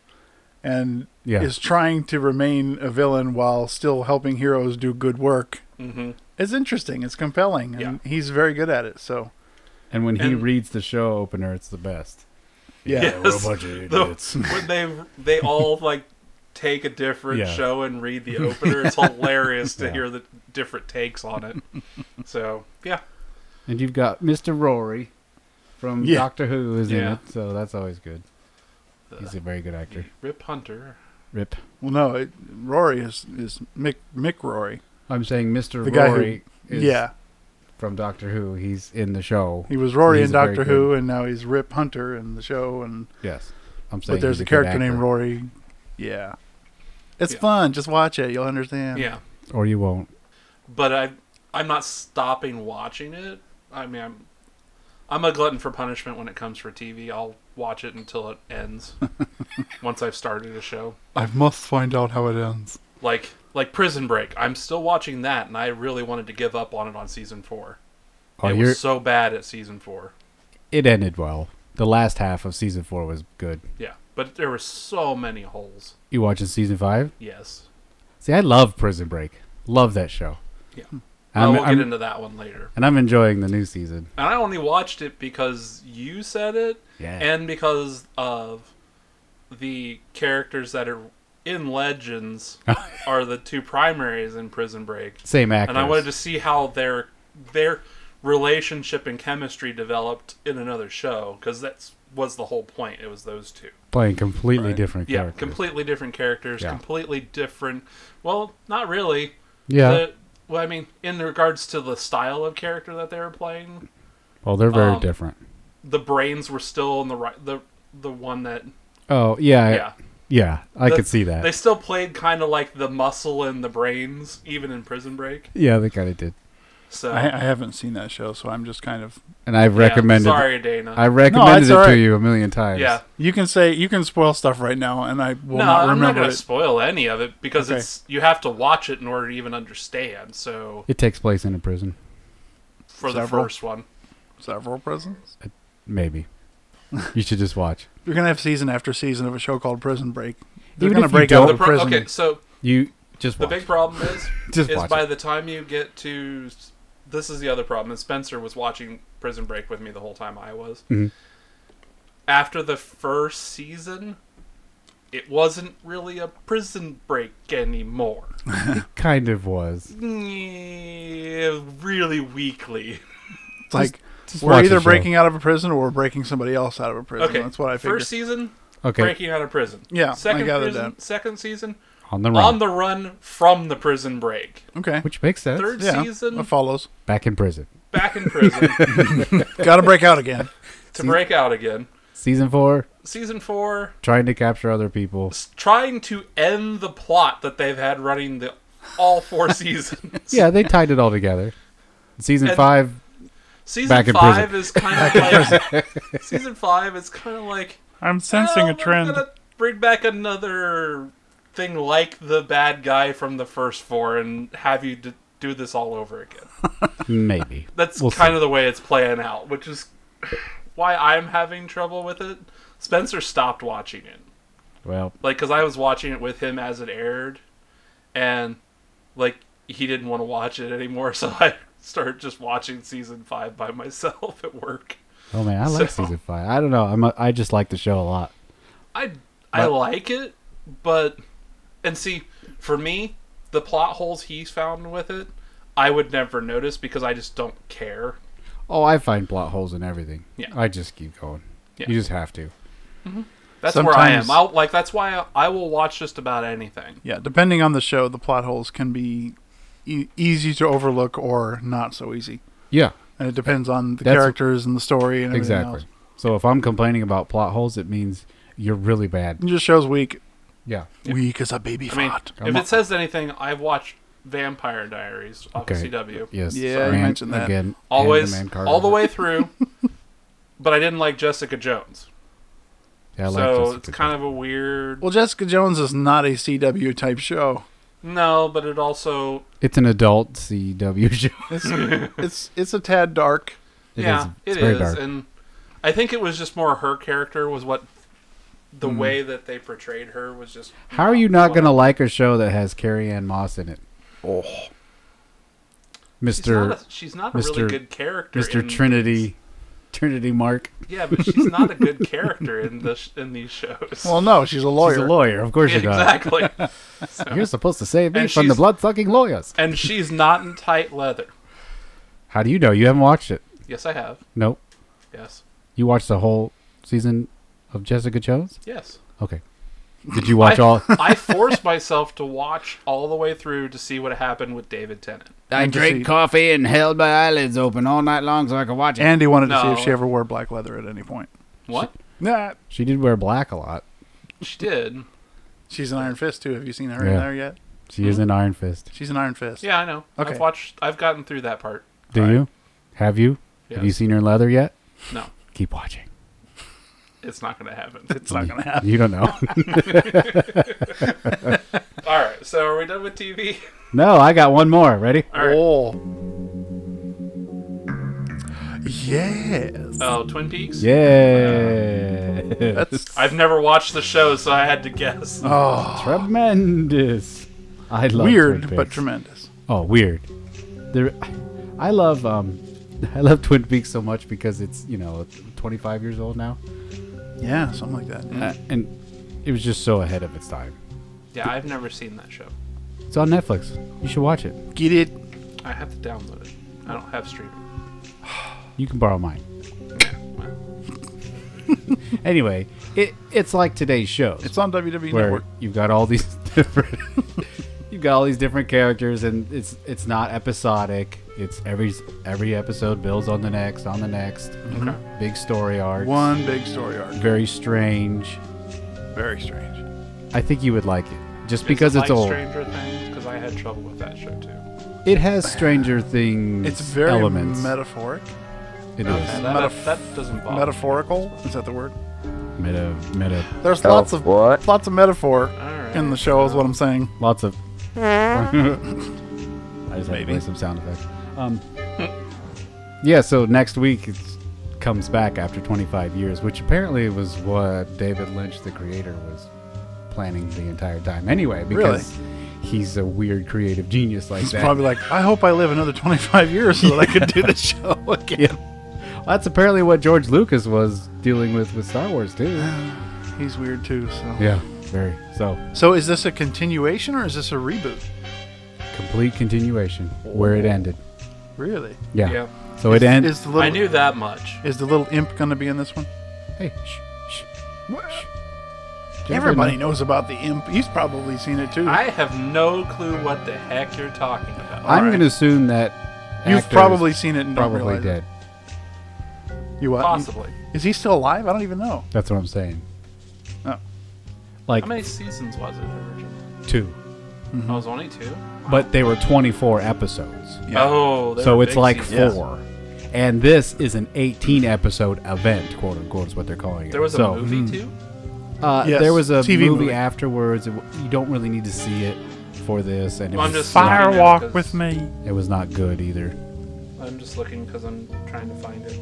C: and
A: Yeah.
C: is trying to remain a villain while still helping heroes do good work,
B: Mm-hmm.
C: it's interesting. It's compelling, and he's very good at it. So,
A: and when he
B: and-
A: reads the show opener, it's the best.
C: yeah,
A: we're a bunch of
B: The-
A: idiots.
B: when they they all like take a different
A: Yeah.
B: show and read the opener, it's hilarious to hear the different takes on it. So yeah,
A: And you've got Mr. Rory from
C: Yeah.
A: Doctor Who is in
B: Yeah.
A: it, so that's always good. He's a very good actor.
B: Rip Hunter.
A: Rip.
C: well, no, it, Rory is is Mick Mick Rory,
A: I'm saying Mr.
C: the guy
A: Rory
C: who,
A: is
C: yeah,
A: from Doctor Who. He's in the show.
C: he was Rory
A: He's
C: in
A: a very
C: Doctor Who, and now he's Rip Hunter in the show, and
A: Yes. I'm saying
C: but there's
A: he's
C: a
A: good
C: character
A: actor.
C: named Rory, yeah. It's
B: Yeah.
C: fun. Just watch it. You'll understand.
B: Yeah,
A: Or you won't.
B: but I I'm not stopping watching it. I mean, I'm I'm a glutton for punishment when it comes for TV. I'll watch it until it ends. once I've started a show,
C: I must find out how it ends.
B: like like Prison Break, I'm still watching that, and I really wanted to give up on it on season four.
A: Oh,
B: it
A: you're,
B: was so bad at season four.
A: it ended well. The last half of season four was good.
B: Yeah, but there were so many holes.
A: You watching season five?
B: Yes.
A: See, I love Prison Break. Love that show.
B: Yeah.
A: And
B: Uh,
A: I'm,
B: we'll
A: I'm-
B: get into that one later.
A: and I'm enjoying the new season.
B: And I only watched it because you said it,
A: Yeah.
B: and because of the characters that are in Legends are the two primaries in Prison Break,
A: Same actors.
B: and I wanted to see how their their relationship and chemistry developed in another show because that's was the whole point. It was those two.
A: playing completely different
B: Yeah,
A: characters.
B: completely different characters,
A: Yeah.
B: completely different. Well, not really.
A: yeah.
B: The, well, I mean, in regards to the style of character that they were playing,
A: well, they're very
B: um,
A: different.
B: the brains were still in the right the the one that
A: Oh yeah, yeah.
B: Yeah.
A: I
B: The-
A: could see that.
B: They still played kind of like the muscle and the brains, even in Prison Break.
A: yeah, they kind of did.
B: So
C: I, I haven't seen that show, so I'm just kind of.
A: And I've
B: yeah,
A: recommended.
B: Sorry, Dana.
A: I recommended
C: it's
A: it
C: all
A: to
C: right.
A: you a million times.
B: yeah.
C: You can say you can spoil stuff right now, and I will
B: no,
C: not
B: I'm not
C: remember
B: going to
C: it.
B: spoil any of it because
C: Okay.
B: it's you have to watch it in order to even understand. So
A: It takes place in a prison,
B: for the
C: Several.
B: first one,
C: Several prisons.
A: maybe. you should just watch.
C: You're gonna have season after season of a show called Prison Break. They're
A: Even
C: gonna
A: if you
C: break
A: don't-
C: out
B: the
C: of
A: The
B: pro-
C: prison.
B: okay. So
A: You just
B: the
A: watch.
B: big problem is
A: Just
B: is
A: watch
B: by
A: it.
B: the time you get to this is the other problem and spencer was watching prison break with me the whole time i was
C: Mm-hmm.
B: after the first season it wasn't really a prison break anymore
A: kind of was.
B: Yeah, really weakly
C: It's like
A: just
C: we're
A: watch the
C: either
A: show.
C: breaking out of a prison or we're breaking somebody else out of a prison.
B: okay
C: That's what I figured.
B: first season
A: Okay,
B: breaking out of prison
C: Yeah, I
B: second
C: gathered
B: prison,
C: that.
B: second season
A: on the run,
B: on the run from the prison break
C: okay.
A: which makes sense.
B: third
C: yeah.
B: season
C: That follows.
A: Back in prison,
B: back in prison
C: Gotta break out again.
B: to break out again
A: season four,
B: season four
A: trying to capture other people.
B: s- trying to end the plot that they've had running the all four seasons.
A: Yeah, they tied it all together. Season
B: And-
A: five,
B: Season
A: Back in
B: five is kind of like season five is kind of like
C: I'm sensing
B: "Oh,
C: a
B: we're
C: trend.
B: gonna Bring back another thing like the bad guy from the first four and have you d- do this all over again.
A: maybe.
B: That's
A: We'll
B: kind
A: see.
B: of the way it's playing out, which is why I'm having trouble with it. Spencer stopped watching it.
A: Well,
B: like because I was watching it with him as it aired, and like he didn't want to watch it anymore, so I started just watching season five by myself at work.
A: oh man, I like
B: So-
A: season five. I don't know. I'm a, I just like the show a lot.
B: I I like it, but and see for me the plot holes he's found with it, I would never notice because I just don't care.
A: Oh, I find plot holes in everything.
B: Yeah.
A: I just keep going.
B: Yeah.
A: You just have to.
B: That's where I
C: Sometimes-
B: am. I'll, like that's why I, I will watch just about anything.
C: Yeah, depending on the show, the plot holes can be e- easy to overlook or not so easy.
A: Yeah,
C: And it depends on the
A: That's-
C: characters and the story and everything
A: exactly.
C: else.
A: So if I'm complaining about plot holes, it means you're really bad.
C: It just shows weak.
A: Yeah.
C: Weak as a baby
B: I mean,
C: fart.
B: if it says anything, I've watched Vampire Diaries off of
A: Okay.
B: CW.
A: Yes.
C: Yeah, you mentioned that.
A: again.
B: always
A: Hand to man
B: all the
A: Carter.
B: way through but i didn't like jessica jones
A: Yeah, I like
B: so
A: Jessica
B: it's kind of a weird
C: well, Jessica Jones is not a CW type show.
B: no but it also
A: Jones. it's an adult CW show.
C: It's it's it's a tad dark.
A: It
B: yeah
A: is.
B: it
A: It's very
B: is
A: dark.
B: and i think it was just more her character was what the way that they portrayed her was just
A: Hmm. How are you not gonna like a show that has Carrie Ann Moss in it? Oh,
B: she's not
A: Mister
B: a, she's not a
A: Mr.
B: really good character
A: Mister
B: in-
A: Trinity, Trinity Mark.
B: yeah but she's not a good character in this in these shows
C: Well, no, she's a lawyer.
A: She's a lawyer, of course
B: Yeah,
A: you're not.
B: exactly
A: You're supposed to save me
B: And
A: from the
B: she's-
A: blood sucking lawyers.
B: and she's not in tight leather
A: How do you know? You haven't watched it.
B: yes i have
A: Nope.
B: yes
A: You watched the whole season of Jessica Jones?
B: yes
A: Okay. Did you watch
B: I,
A: all?
B: I forced myself to watch all the way through to see what happened with David Tennant.
A: I
C: And to drank see-
A: coffee and held my eyelids open all night long so I could watch
C: Andy wanted to see
B: No.
C: if she ever wore black leather at any point.
B: What?
C: Nah,
A: She did wear black a lot.
B: She did.
C: she's an Iron Fist too. Have you seen her
A: Yeah.
C: in there yet?
A: She is an Iron Fist.
C: She's an Iron Fist.
B: Yeah, I know.
C: Okay.
B: I've watched I've gotten through that part.
A: Do you? Have you? Have you
B: Yes.
A: seen her in leather yet?
B: No.
A: Keep watching.
B: It's not gonna happen.
C: it's not gonna happen.
A: You don't know.
B: Alright, so are we done with TV?
A: no, I got one more. Ready?
B: Alright.
C: Oh. Yes.
B: Oh, Twin Peaks?
A: Yeah.
C: That's
B: I've never watched the show, so I had to guess.
C: oh,
A: tremendous. I love
C: weird
A: Twin
C: but
A: Peaks.
C: tremendous.
A: Oh, weird. There, I love um, I love Twin Peaks so much because it's you know 25 years old now,
C: Yeah, something like that.
A: uh, and it was just so ahead of its time.
B: Yeah, I've never seen that show.
A: It's on Netflix. You should watch it.
C: Get it?
B: I have to download it. I don't have streaming.
A: You can borrow mine. anyway, it it's like today's shows
C: It's on WWE
A: where
C: Network.
A: you've got all these different you've got all these different characters and it's it's not episodic. It's every every episode builds on the next, on the next.
C: Mm-hmm.
B: Okay.
A: Big story arc.
C: One big story arc.
A: very strange.
C: Very strange.
A: I think you would like it. Just
B: Is
A: because
B: it
A: it's
B: like
A: old.
B: Stranger Things, because I had trouble with that show too.
A: It has Stranger Things
C: It's very
A: elements.
C: metaphoric.
A: it is.
B: Okay, that,
C: Metaf-
B: that doesn't bother. me.
C: Metaphorical? Is that the word?
A: Meta, meta,
C: There's
F: Oh,
C: lots of
F: what?
C: lots of metaphor
B: right.
C: in the show is what I'm saying.
A: lots of. I just had to
C: Maybe.
A: play some sound effects. Um, yeah, so next week it comes back after 25 years, which apparently was what David Lynch, the creator, was planning the entire time. Anyway, because he's a weird creative genius like
C: He's
A: that.
C: probably like, I hope I live another 25 years so that I could do the show again.
A: That's apparently what George Lucas was dealing with with Star Wars too.
C: He's weird too. So.
A: Yeah, very. So
C: So is this a continuation or is this a reboot?
A: complete continuation where it ended.
C: Really?
A: Yeah.
B: Yeah.
A: So
C: Oh. is,
A: it ends.
C: Is the little
B: I knew that much.
C: is the little imp gonna be in this one?
A: hey, shh, shh.
C: Everybody knows about the imp. He's probably seen it too.
B: I have no clue what the heck you're talking about.
A: I'm
C: Alright.
A: going to assume that
C: You've
A: actors
C: probably seen it and don't
A: probably
C: realize
A: did.
C: it. You what?
B: Possibly.
C: Is he still alive? I don't even know.
A: That's what I'm saying.
C: Oh.
A: Like
B: How many seasons was it originally?
A: two,
B: I was only two.
A: but they were 24 episodes,
C: Yeah.
B: Oh, they
A: so
B: were
A: it's
B: big
A: like
B: seasons.
A: four. And this is an 18 episode event, quote unquote, is what they're calling it.
B: There was a
A: So,
B: movie too.
A: Uh,
C: Yes,
A: There was a
C: TV
A: movie,
C: movie.
A: afterwards. It, w- you don't really need to see it for this, and it
B: Well, I'm
A: was
B: just
A: not-
B: Fire walk Yeah, 'cause- with
C: me.
A: it was not good either.
B: I'm just looking because I'm trying to find it.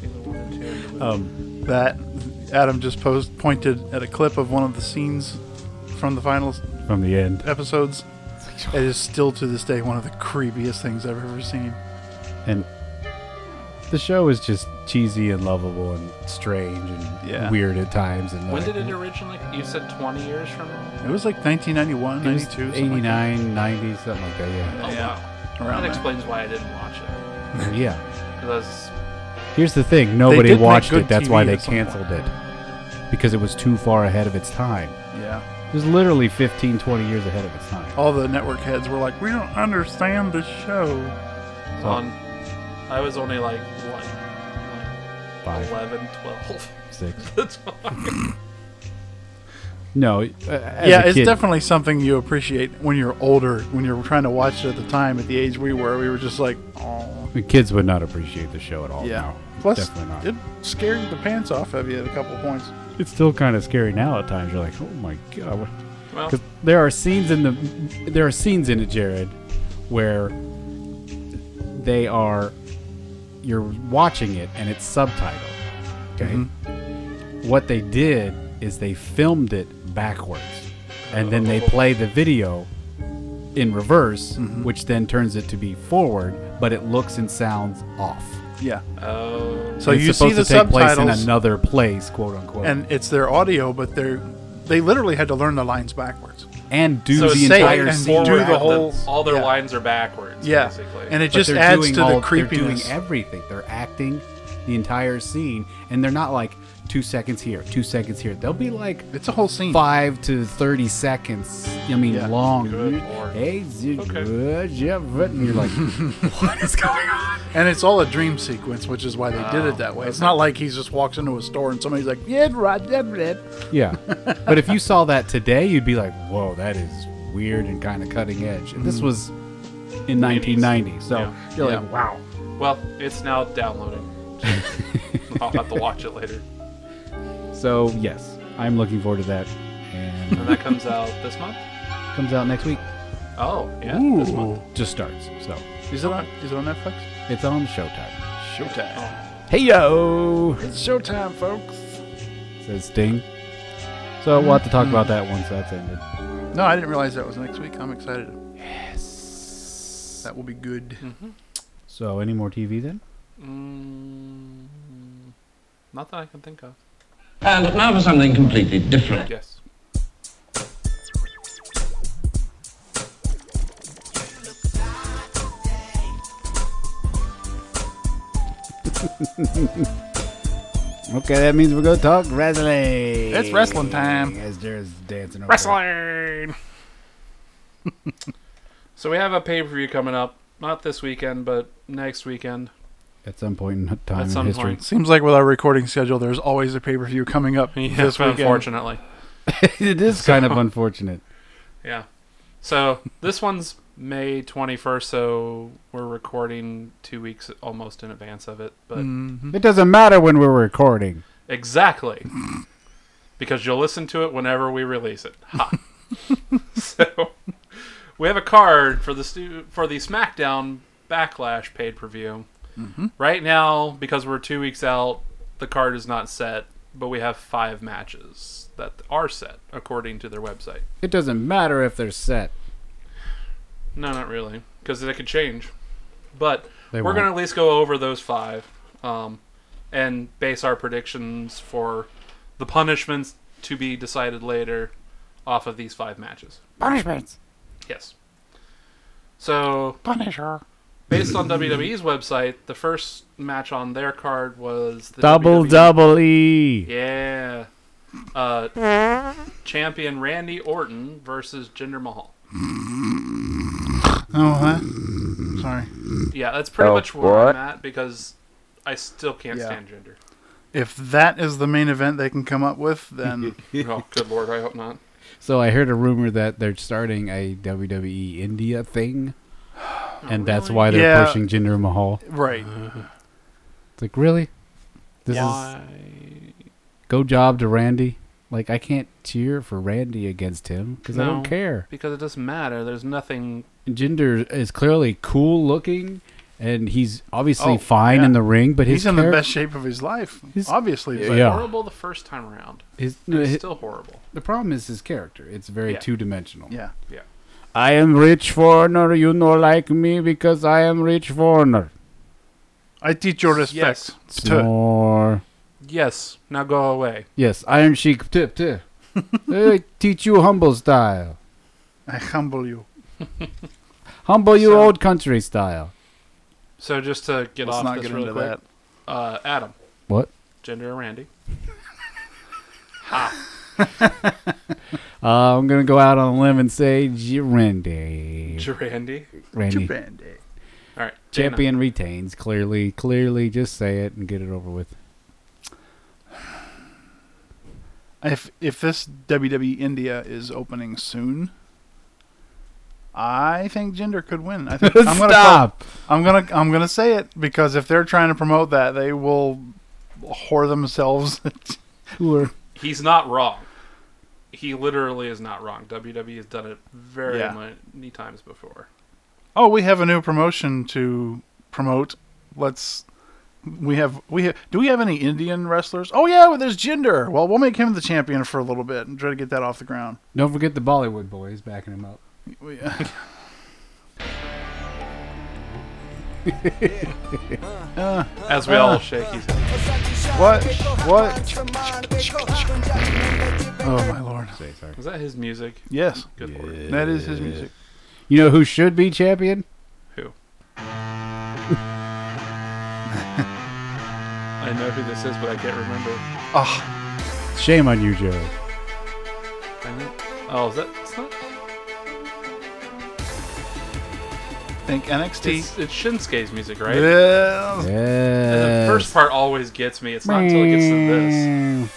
B: Season one and two. of the movie.
C: That Adam just posed pointed at a clip of one of the scenes from the final s-
A: From the end,
C: episodes. It is still to this day one of the creepiest things I've ever seen.
A: and the show is just cheesy and lovable and strange and
C: Yeah.
A: weird at times. And
B: when
A: like,
B: did it originally? You said 20 years from now.
C: It was like 1991,
A: It was
C: 92, something like that.
A: 89, 90, something like that. Yeah.
B: Oh
C: Yeah.
B: wow.
C: Around
B: That
C: there.
B: explains why I didn't watch it.
A: yeah.
B: 'Cause I was-
A: Here's the thing: nobody
C: did make
A: watched
C: good
A: it. That's
C: TV
A: why
C: at
A: they
C: some point.
A: canceled it because it was too far ahead of its time.
C: Yeah.
A: It was literally 15, 20 years ahead of its time.
C: All the network heads were like, we don't understand the show.
A: So,
B: on. I was only like what?
C: Oh,
B: Like
A: five,
B: 11, 12.
A: six.
B: That's why.
A: No, uh, as
C: yeah,
A: a
C: it's
A: kid-
C: definitely something you appreciate when you're older, when you're trying to watch it at the time, at the age we were. We were just like, oh.
A: The kids would not appreciate the show at all.
C: Yeah.
A: No,
C: Plus,
A: definitely not.
C: it scared the pants off of you at a couple points.
A: it's still kind of scary now at times. You're like, oh my god,
B: Well,
A: because there are scenes in the there are scenes in it, Jared, where they are you're watching it and it's subtitled. Okay,
C: Mm-hmm.
A: what they did is they filmed it backwards, and then
C: Oh.
A: they play the video in reverse,
C: Mm-hmm.
A: which then turns it to be forward, but it looks and sounds off.
C: Yeah.
B: oh,
C: So
A: it's
C: you see
A: supposed
C: the
A: to take place in
C: subtitles,
A: another place, quote unquote, and,
C: and it's their audio, but they're they literally had to learn the lines backwards.
A: do
B: so
A: the
B: it's
C: say
A: entire
B: like
C: and
A: scene.
B: forward,
C: do the
B: but
C: whole-
B: all their
C: yeah.
B: lines are backwards.
C: Yeah,
B: basically.
C: and it
A: But
C: just
A: they're
C: adds
A: doing
C: to
A: all-
C: the creepiness.
A: They're doing everything. They're acting the entire scene, and they're not like two seconds here, two seconds here. They'll be like
C: it's a whole scene.
A: five to thirty seconds. I mean,
C: Yeah.
A: long.
B: Good lord.
A: Hey, z-
B: Okay.
A: good, yeah, but- and you're like, what is going on?
C: And it's all a dream sequence, which is why they did it that way. It's not like he just walks into a store and somebody's like, yeah, right, yeah, right.
A: Yeah, but if you saw that today, you'd be like, whoa, that is weird and kind of cutting edge. And this was in 1990, so
B: Mm. Yeah.
A: you're
C: Yeah.
A: like, wow.
B: Well, it's now downloading. I'll have to watch it later.
A: So yes, I'm looking forward to that, and
B: And that comes out this month?
A: comes out next week.
B: Oh, yeah. This month.
A: Just starts. So
C: Is it on? Is it on Netflix?
A: it's on Showtime.
C: Showtime.
B: Oh,
A: Hey yo,
C: It's showtime, folks.
A: says Sting. So we'll have to talk about that once that's ended.
C: No, I didn't realize that was next week. I'm excited. Yes. That will be good.
A: So any more TV then?
B: Mm, not that I can think of.
E: And now for something completely different.
B: Yes.
A: Okay, that means we're gonna talk wrestling.
C: It's wrestling time.
A: As Jared's dancing. Over
B: Wrestling! so we have a pay per view coming up. Not this weekend, but next weekend.
A: at some point in time
B: At
A: in
B: some
A: history.
B: point.
C: Seems like with our recording schedule, there's always a pay per view coming up
B: Yes,
C: this weekend.
B: unfortunately.
A: it is kind of unfortunate.
B: Yeah. So this one's May 21st, so we're recording two weeks almost in advance of it. But
A: It doesn't matter when we're recording.
B: exactly. because you'll listen to it whenever we release it. Ha. so we have a card for the stu- for the SmackDown Backlash paid per view. Right now, because we're two weeks out, the card is not set, but we have five matches that are set according to their website.
A: It doesn't matter if they're set.
B: No, not really, because they could change. But
A: They
B: we're
A: won't.
B: going to at least go over those five, um, and base our predictions for the punishments to be decided later off of these five matches.
C: Punishments.
B: Yes. So
C: Punisher.
B: based on WWE's website, the first match on their card was the
A: Double
B: WWE
A: double E.
B: Yeah. Uh, champion Randy Orton versus Jinder Mahal.
C: Oh, huh? Sorry.
B: Yeah, that's pretty
F: Oh,
B: much where
F: what?
B: I'm at because I still can't
C: Yeah.
B: stand gender.
C: If that is the main event they can come up with, then
B: Oh, good lord, I hope not.
A: So I heard a rumor that they're starting a WWE India thing, and that's
B: Oh, really?
A: why they're
C: Yeah.
A: pushing Jinder Mahal.
C: right.
A: It's like really, this is go job to Randy. Like I can't cheer for Randy against him because I don't
B: No.
A: care.
B: Because it doesn't matter. There's nothing.
A: Jinder is clearly cool looking, and he's obviously
C: Oh,
A: fine
C: yeah.
A: in the ring. But his
C: He's in the
A: char-
C: best shape of his life.
A: His-
C: Obviously.
B: It
C: he's
B: was
A: Yeah.
B: horrible the first time around.
A: his- no,
B: It's
A: hi-
B: still horrible.
A: the problem is his character. It's very
B: Yeah.
A: two dimensional.
C: like- yeah.
B: Yeah.
A: I am rich foreigner. You no like me because I am rich foreigner.
C: I teach your respect. To,
B: Yes.
A: Snore.
B: Yes. Now go away.
A: Yes, Iron Sheik tip tip. I teach you humble style.
C: I humble you.
A: Humble you
B: So-
A: old country style.
B: So just to get
C: Let's
B: off
C: not
B: this
C: get
B: real
C: into
B: quick,
C: that.
B: Uh, Adam,
A: What?
B: Jinder and Randy.
A: Uh, I'm gonna go out on a limb and say J- Randy.
B: Randy.
A: Randy.
C: Japan Day.
B: All right. Dana.
A: Champion retains clearly. Clearly, just say it and get it over with.
C: If if this WWE India is opening soon, I think Gender could win. I think I'm gonna call-
A: Stop.
C: I'm gonna I'm gonna say it because if they're trying to promote that, they will whore themselves.
A: Who are-
B: He's not wrong. He literally is not wrong. WWE has done it very
C: Yeah.
B: many times before.
C: oh, we have a new promotion to promote. Let's. We have we have, do we have any Indian wrestlers? Oh yeah, well, there's Gender. Well, we'll make him the champion for a little bit and try to get that off the ground.
A: Don't forget the Bollywood boys backing him up.
C: We-
B: As
C: Ah.
B: we all shake his head.
C: what? What? Oh my lord!
A: Say sorry.
B: Is that his music?
C: Yes,
B: Good lord.
C: that is his music.
A: You know who should be champion?
B: Who? I know who this is, but I can't remember.
C: Ah,
A: Shame on you, Joe.
B: I know- Oh, is that? It's not.
C: think NXT.
B: It's, it's Shinsuke's music, right?
C: Yes.
A: Yeah.
B: The first part always gets me. It's not until it gets to this.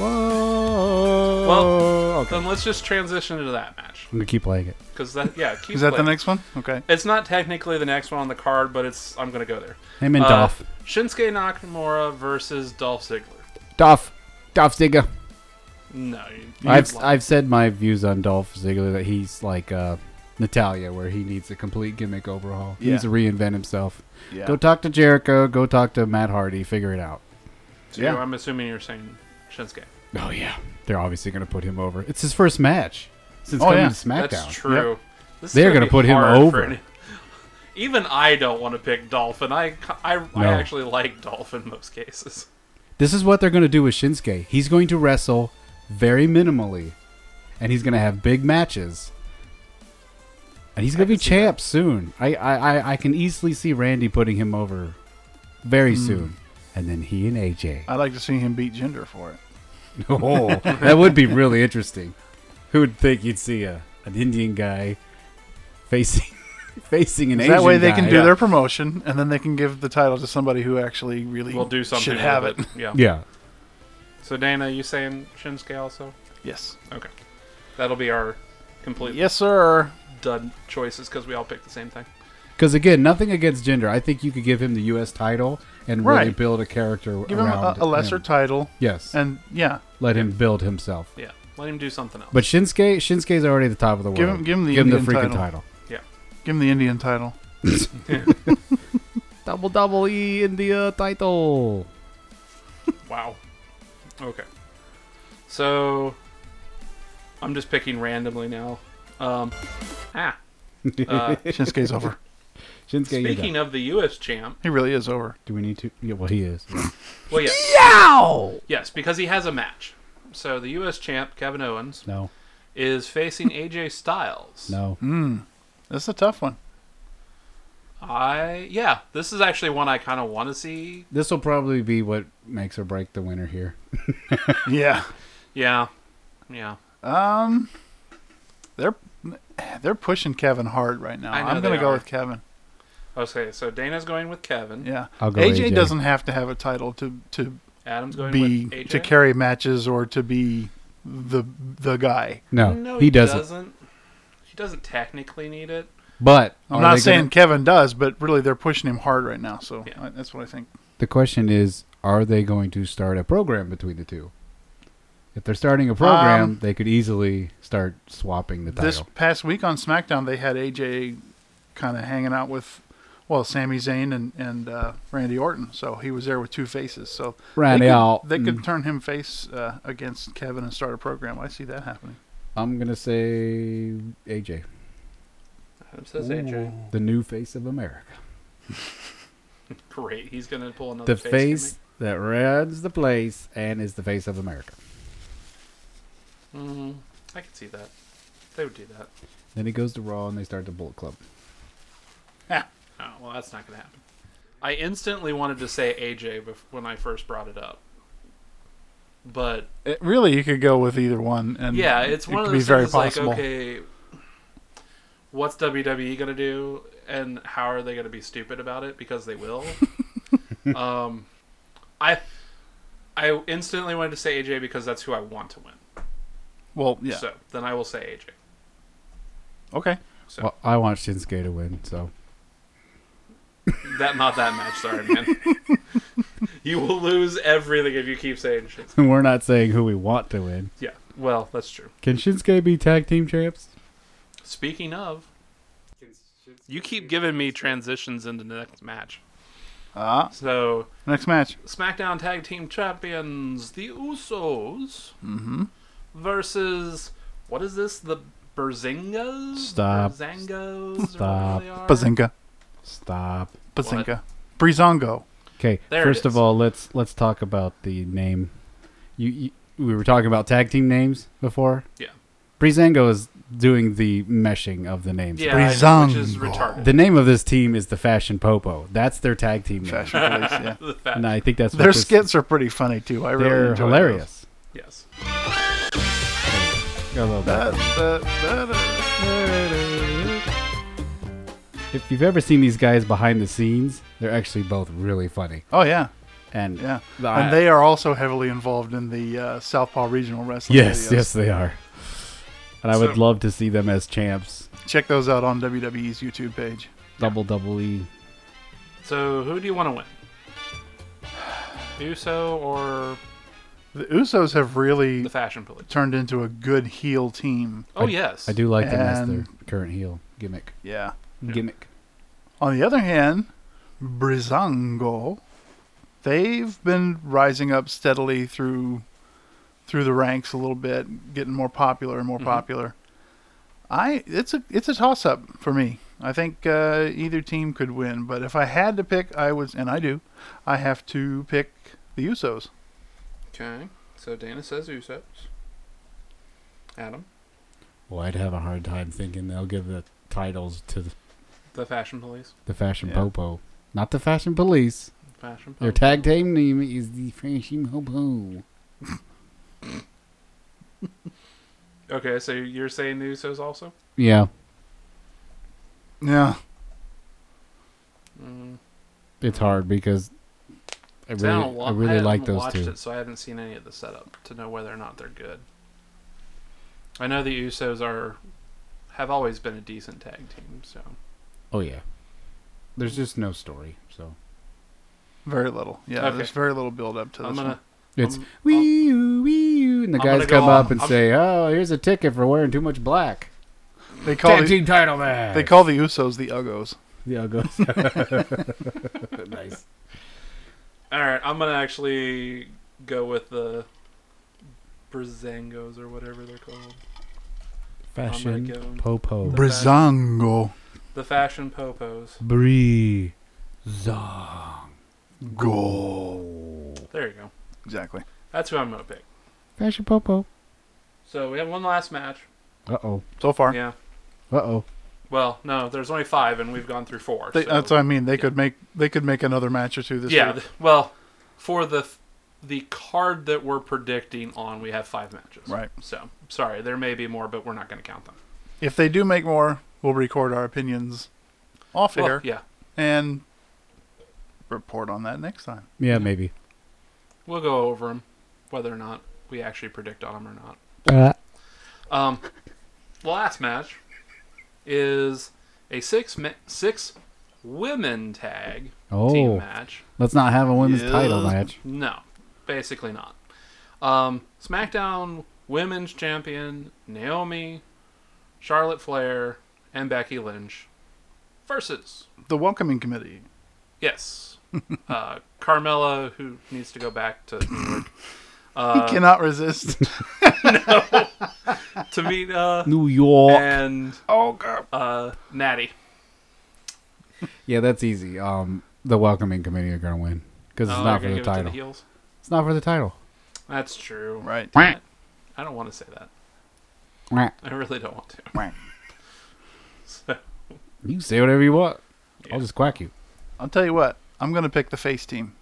A: Whoa.
B: Well,
A: okay.
B: Then let's just transition to that match
A: I'm gonna keep playing it.
B: because that yeah. Keep
C: Is that the
B: playing.
C: next one? Okay.
B: It's not technically the next one on the card, but it's. I'm gonna go there.
A: Him and
B: Uh,
A: Dolph.
B: Shinsuke Nakamura versus Dolph Ziggler.
A: Dolph. Dolph Ziggler.
B: No, you-
A: I've
B: you'd lie.
A: I've said my views on Dolph Ziggler that he's like uh, Natalia, where he needs a complete gimmick overhaul. He needs to
C: Yeah.
A: reinvent himself.
C: Yeah.
A: Go talk to Jericho. Go talk to Matt Hardy. Figure it out.
B: So
C: yeah.
B: I'm assuming you're saying Shinsuke.
A: Oh yeah, they're obviously gonna put him over. It's his first match since
C: Oh,
A: coming
C: yeah.
A: to SmackDown.
B: That's true. This is
A: They're
B: gonna
A: gonna
B: be
A: put him
B: hard for
A: over.
B: any- Even I don't want to pick Dolphin. I I, I
A: No.
B: actually like Dolphin in most cases.
A: This is what they're going to do with Shinsuke. He's going to wrestle very minimally, and he's going to have big matches. And he's going to be champ soon. I, I, I, I can easily see Randy putting him over very
C: Hmm.
A: soon. And then he and AJ.
C: I'd like to see him beat Gender for it.
A: Oh, that would be really interesting. Who would think you'd see a, an Indian guy facing facing an Asian
C: that way they can
A: guy.
C: do
B: Yeah.
C: their promotion and then they can give the title to somebody who actually really
B: We'll do something.
C: should have it.
B: with Yeah.
A: Yeah.
B: So Dana, you saying Shinsuke also?
C: Yes.
B: Okay. That'll be our completely
C: Yes, sir.
B: dud choices because we all picked the same thing.
A: Because again, nothing against gender. I think you could give him the U.S. title and really
C: Right.
A: build a character
C: Give him a,
A: around
C: a lesser
A: him.
C: title
A: yes, and
C: and yeah,
A: let him build himself.
B: Yeah. Let him do something else.
A: But Shinsuke, Shinsuke's already at the top of the
C: Give
A: world.
C: him- give him the
A: the freaking
C: Indian
A: title.
C: give him the Indian title.
A: Double double E India title.
B: wow. Okay. So I'm just picking randomly now. Um, ah. Uh,
C: Shinsuke's over.
A: Shinsuke, Speaking
B: speaking of the U.S. champ,
C: He really is over.
A: do we need to? Yeah, well, he is.
B: well, yes, yes, because he has a match. So the U.S. champ Kevin Owens
A: no,
B: is facing AJ Styles.
A: no.
C: Hmm? That's a tough one.
B: I yeah, this is actually one I kind of want to see
A: This will probably be what makes or break the winner here.
C: Yeah.
B: Yeah, yeah.
C: Um, they're they're pushing Kevin hard right now.
B: I know
C: I'm gonna
B: they
C: go
B: are.
C: with Kevin.
B: Okay, so Dana's going with Kevin.
C: Yeah,
A: I'll go
C: AJ,
A: AJ.
C: doesn't have to have a title to to
B: Adam's going
C: be
B: with AJ.
C: to carry matches or to be the the guy.
A: No,
B: No,
A: he doesn't.
B: He doesn't technically need it.
A: But
C: I'm
A: are
C: not
A: they
C: saying
A: gonna-
C: Kevin does, but really they're pushing him hard right now. So
B: Yeah.
C: I, that's what I think.
A: the question is: Are they going to start a program between the two? If they're starting a program,
C: Um,
A: they could easily start swapping the title.
C: This past week on SmackDown, they had AJ kind of hanging out with. Well, Sami Zayn and and uh, Randy Orton, so he was there with two faces. So they
A: Randy
C: could-
A: Orton.
C: they could turn him face uh, against Kevin and start a program. I see that happening.
A: I'm gonna say AJ,
B: Adam says AJ.
A: the new face of America,
B: Great. He's gonna pull another
A: the face that runs the place and is the face of America.
B: Mm, I can see that. They would do that.
A: Then he goes to Raw and they start the Bullet Club.
B: Oh well, that's not gonna happen. I instantly wanted to say AJ bef- when I first brought it up, but
C: It, really, you could go with either one, and
B: yeah, it's
C: Mm-hmm. it
B: one
C: could
B: of
C: be
B: those
C: very
B: things like,
C: possible.
B: okay, what's WWE gonna do, and how are they gonna be stupid about it because they will. um, I I instantly wanted to say AJ because that's who I want to win.
C: Well, yeah,
B: So then I will say AJ.
C: okay.
B: So
A: Well, I want Shinsuke to win, so
B: that not that match, sorry, man. you will lose everything if you keep saying shit.
A: we're not saying who we want to win.
B: Yeah, well, that's true.
A: Can Shinsuke be tag team champs?
B: Speaking of, you keep giving me transitions into the next match.
C: Ah,
B: So
C: next match.
B: SmackDown Tag Team Champions, the Usos,
A: Mm-hmm.
B: versus what is this? The Berzingas,
A: Stop.
B: Berzangos, or
A: Stop.
B: whatever they are.
C: Bazinga,
A: Stop.
C: Bazinga, Brizongo.
A: Okay,
B: There it
A: first
B: is.
A: of all, let's let's talk about the name. You, you we were talking about tag team names before.
B: Yeah,
A: Breezango is doing the meshing of the names.
B: yeah, I- which is
C: Breezango.
B: retarded.
A: The name of this team is the Fashion Popo. That's their tag team name.
C: Fashion police. Yeah,
B: The fact-
A: And I think that's what
C: their
A: this-
C: skits are pretty funny too. I really
A: They're
C: enjoy
A: hilarious.
B: yes.
A: Got a little
C: those.
A: bit.
C: Da, da, da, da.
A: If you've ever seen these guys behind the scenes, they're actually both really funny.
C: Oh yeah,
A: And
C: yeah.
A: The-
C: and they are also heavily involved in the uh, Southpaw Regional Wrestling.
A: yes,
C: videos.
A: yes, they are. And I would
B: So-
A: love to see them as champs.
C: Check those out on WWE's YouTube page.
A: Double double E.
B: So who do you want to win? Uso or
C: The Usos have really
B: the Fashion Police?
C: turned into a good heel team.
B: Oh yes,
A: I do like them as their
C: And-
A: current heel gimmick.
C: Yeah.
A: Gimmick.
C: On the other hand, Brizango, they've been rising up steadily through through the ranks a little bit, getting more popular and more
B: Mm-hmm.
C: popular. I it's a it's a toss up for me. I think uh, either team could win, but if I had to pick, I was and I do, I have to pick the Usos.
B: Okay, so Dana says Usos. Adam,
A: Well, I'd have a hard time thinking they'll give the titles to the,
B: the Fashion Police.
A: the Fashion
C: Yeah.
A: Popo. Not the Fashion Police.
B: Fashion Police.
A: Their tag team name is the Fashion Popo.
B: Okay, so you're saying the Usos also?
A: Yeah.
C: Yeah,
A: it's hard because I
B: See, I,
A: really,
B: don't wa-
A: I really
B: haven't
A: like those
B: watched
A: two.
B: it, so I haven't seen any of the setup to know whether or not they're good. I know the Usos are have always been a decent tag team, so
A: Oh yeah, there's just no story, so
C: Very little. Yeah,
B: Okay.
C: there's very little build up to this
B: I'm gonna
C: one.
A: it's
B: Um,
A: wee oo wee oo, and the
B: I'm
A: guys
B: gonna go
A: come up
B: off-
A: and
B: I'm-
A: say, "Oh, here's a ticket for wearing too much black."
C: They call
A: Tag
C: the,
A: team title match.
C: they call the Usos the Uggos.
A: the Uggos. nice.
B: all right. I'm gonna actually go with the Brizangos or whatever they're called,
A: Fashion
B: give 'em-
A: popo
B: Br-
C: Brizango
B: the Fashion Popos.
A: bree zong.
C: go.
B: There you go.
C: Exactly.
B: That's who I'm gonna pick.
A: Fashion popo.
B: So we have one last match.
A: Uh oh.
C: So far,
B: Yeah.
A: Uh oh.
B: Well, no, there's only five, and we've gone through four.
C: they,
B: so-
C: that's what I mean. They could make they could make another match or two this
B: yeah.
C: week.
B: th- Well, for the the card that we're predicting on, we have five matches.
C: Right.
B: So sorry, there may be more, but we're not going to count them.
C: If they do make more, we'll record our opinions off
B: Well,
C: air
B: yeah,
C: and report on that next time.
A: Yeah, maybe.
B: we'll go over them, whether or not we actually predict on them or not.
A: Uh,
B: Um, the last match is a six ma- six women tag
A: oh,
B: team match.
A: let's not have a women's title
C: Yeah.
A: match.
B: No, basically not. Um, SmackDown Women's Champion Naomi, Charlotte Flair, and Becky Lynch versus
C: The welcoming committee.
B: yes, uh, Carmella, who needs to go back to New York Uh,
C: Cannot resist.
B: to meet uh,
A: New York.
B: and
C: oh god.
B: uh, Natty.
A: Yeah, that's easy. Um, the welcoming committee are gonna win because it's
B: Oh,
A: not for
B: you're
A: the
B: gonna give it to
A: title.
B: heels?
A: it's not for the title.
B: That's true.
C: Right.
B: I don't want to say that.
A: Mwah.
B: I really don't want to.
C: Right.
B: So,
A: You can say whatever you want.
B: Yeah.
A: I'll just quack you.
C: I'll tell you what. I'm gonna pick the face team.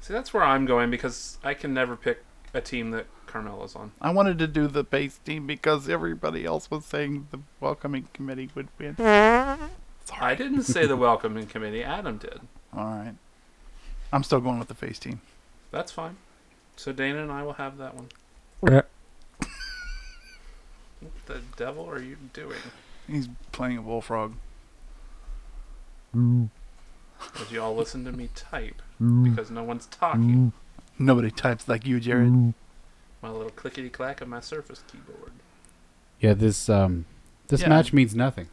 B: see, that's where I'm going because I can never pick a team that Carmella's on.
C: I wanted to do the base team because everybody else was saying the welcoming committee would win.
B: I didn't say the welcoming committee. Adam did.
C: All right. I'm still going with the face team.
B: That's fine. So Dana and I will have that one. What the devil are you doing?
C: He's playing a bullfrog.
B: Because you all listen to me type.
C: Mm.
B: Because no one's talking.
C: Nobody types like you, Jared.
B: My little clickety clack of my Surface keyboard.
A: Yeah, this um, this
C: Yeah.
A: match means nothing.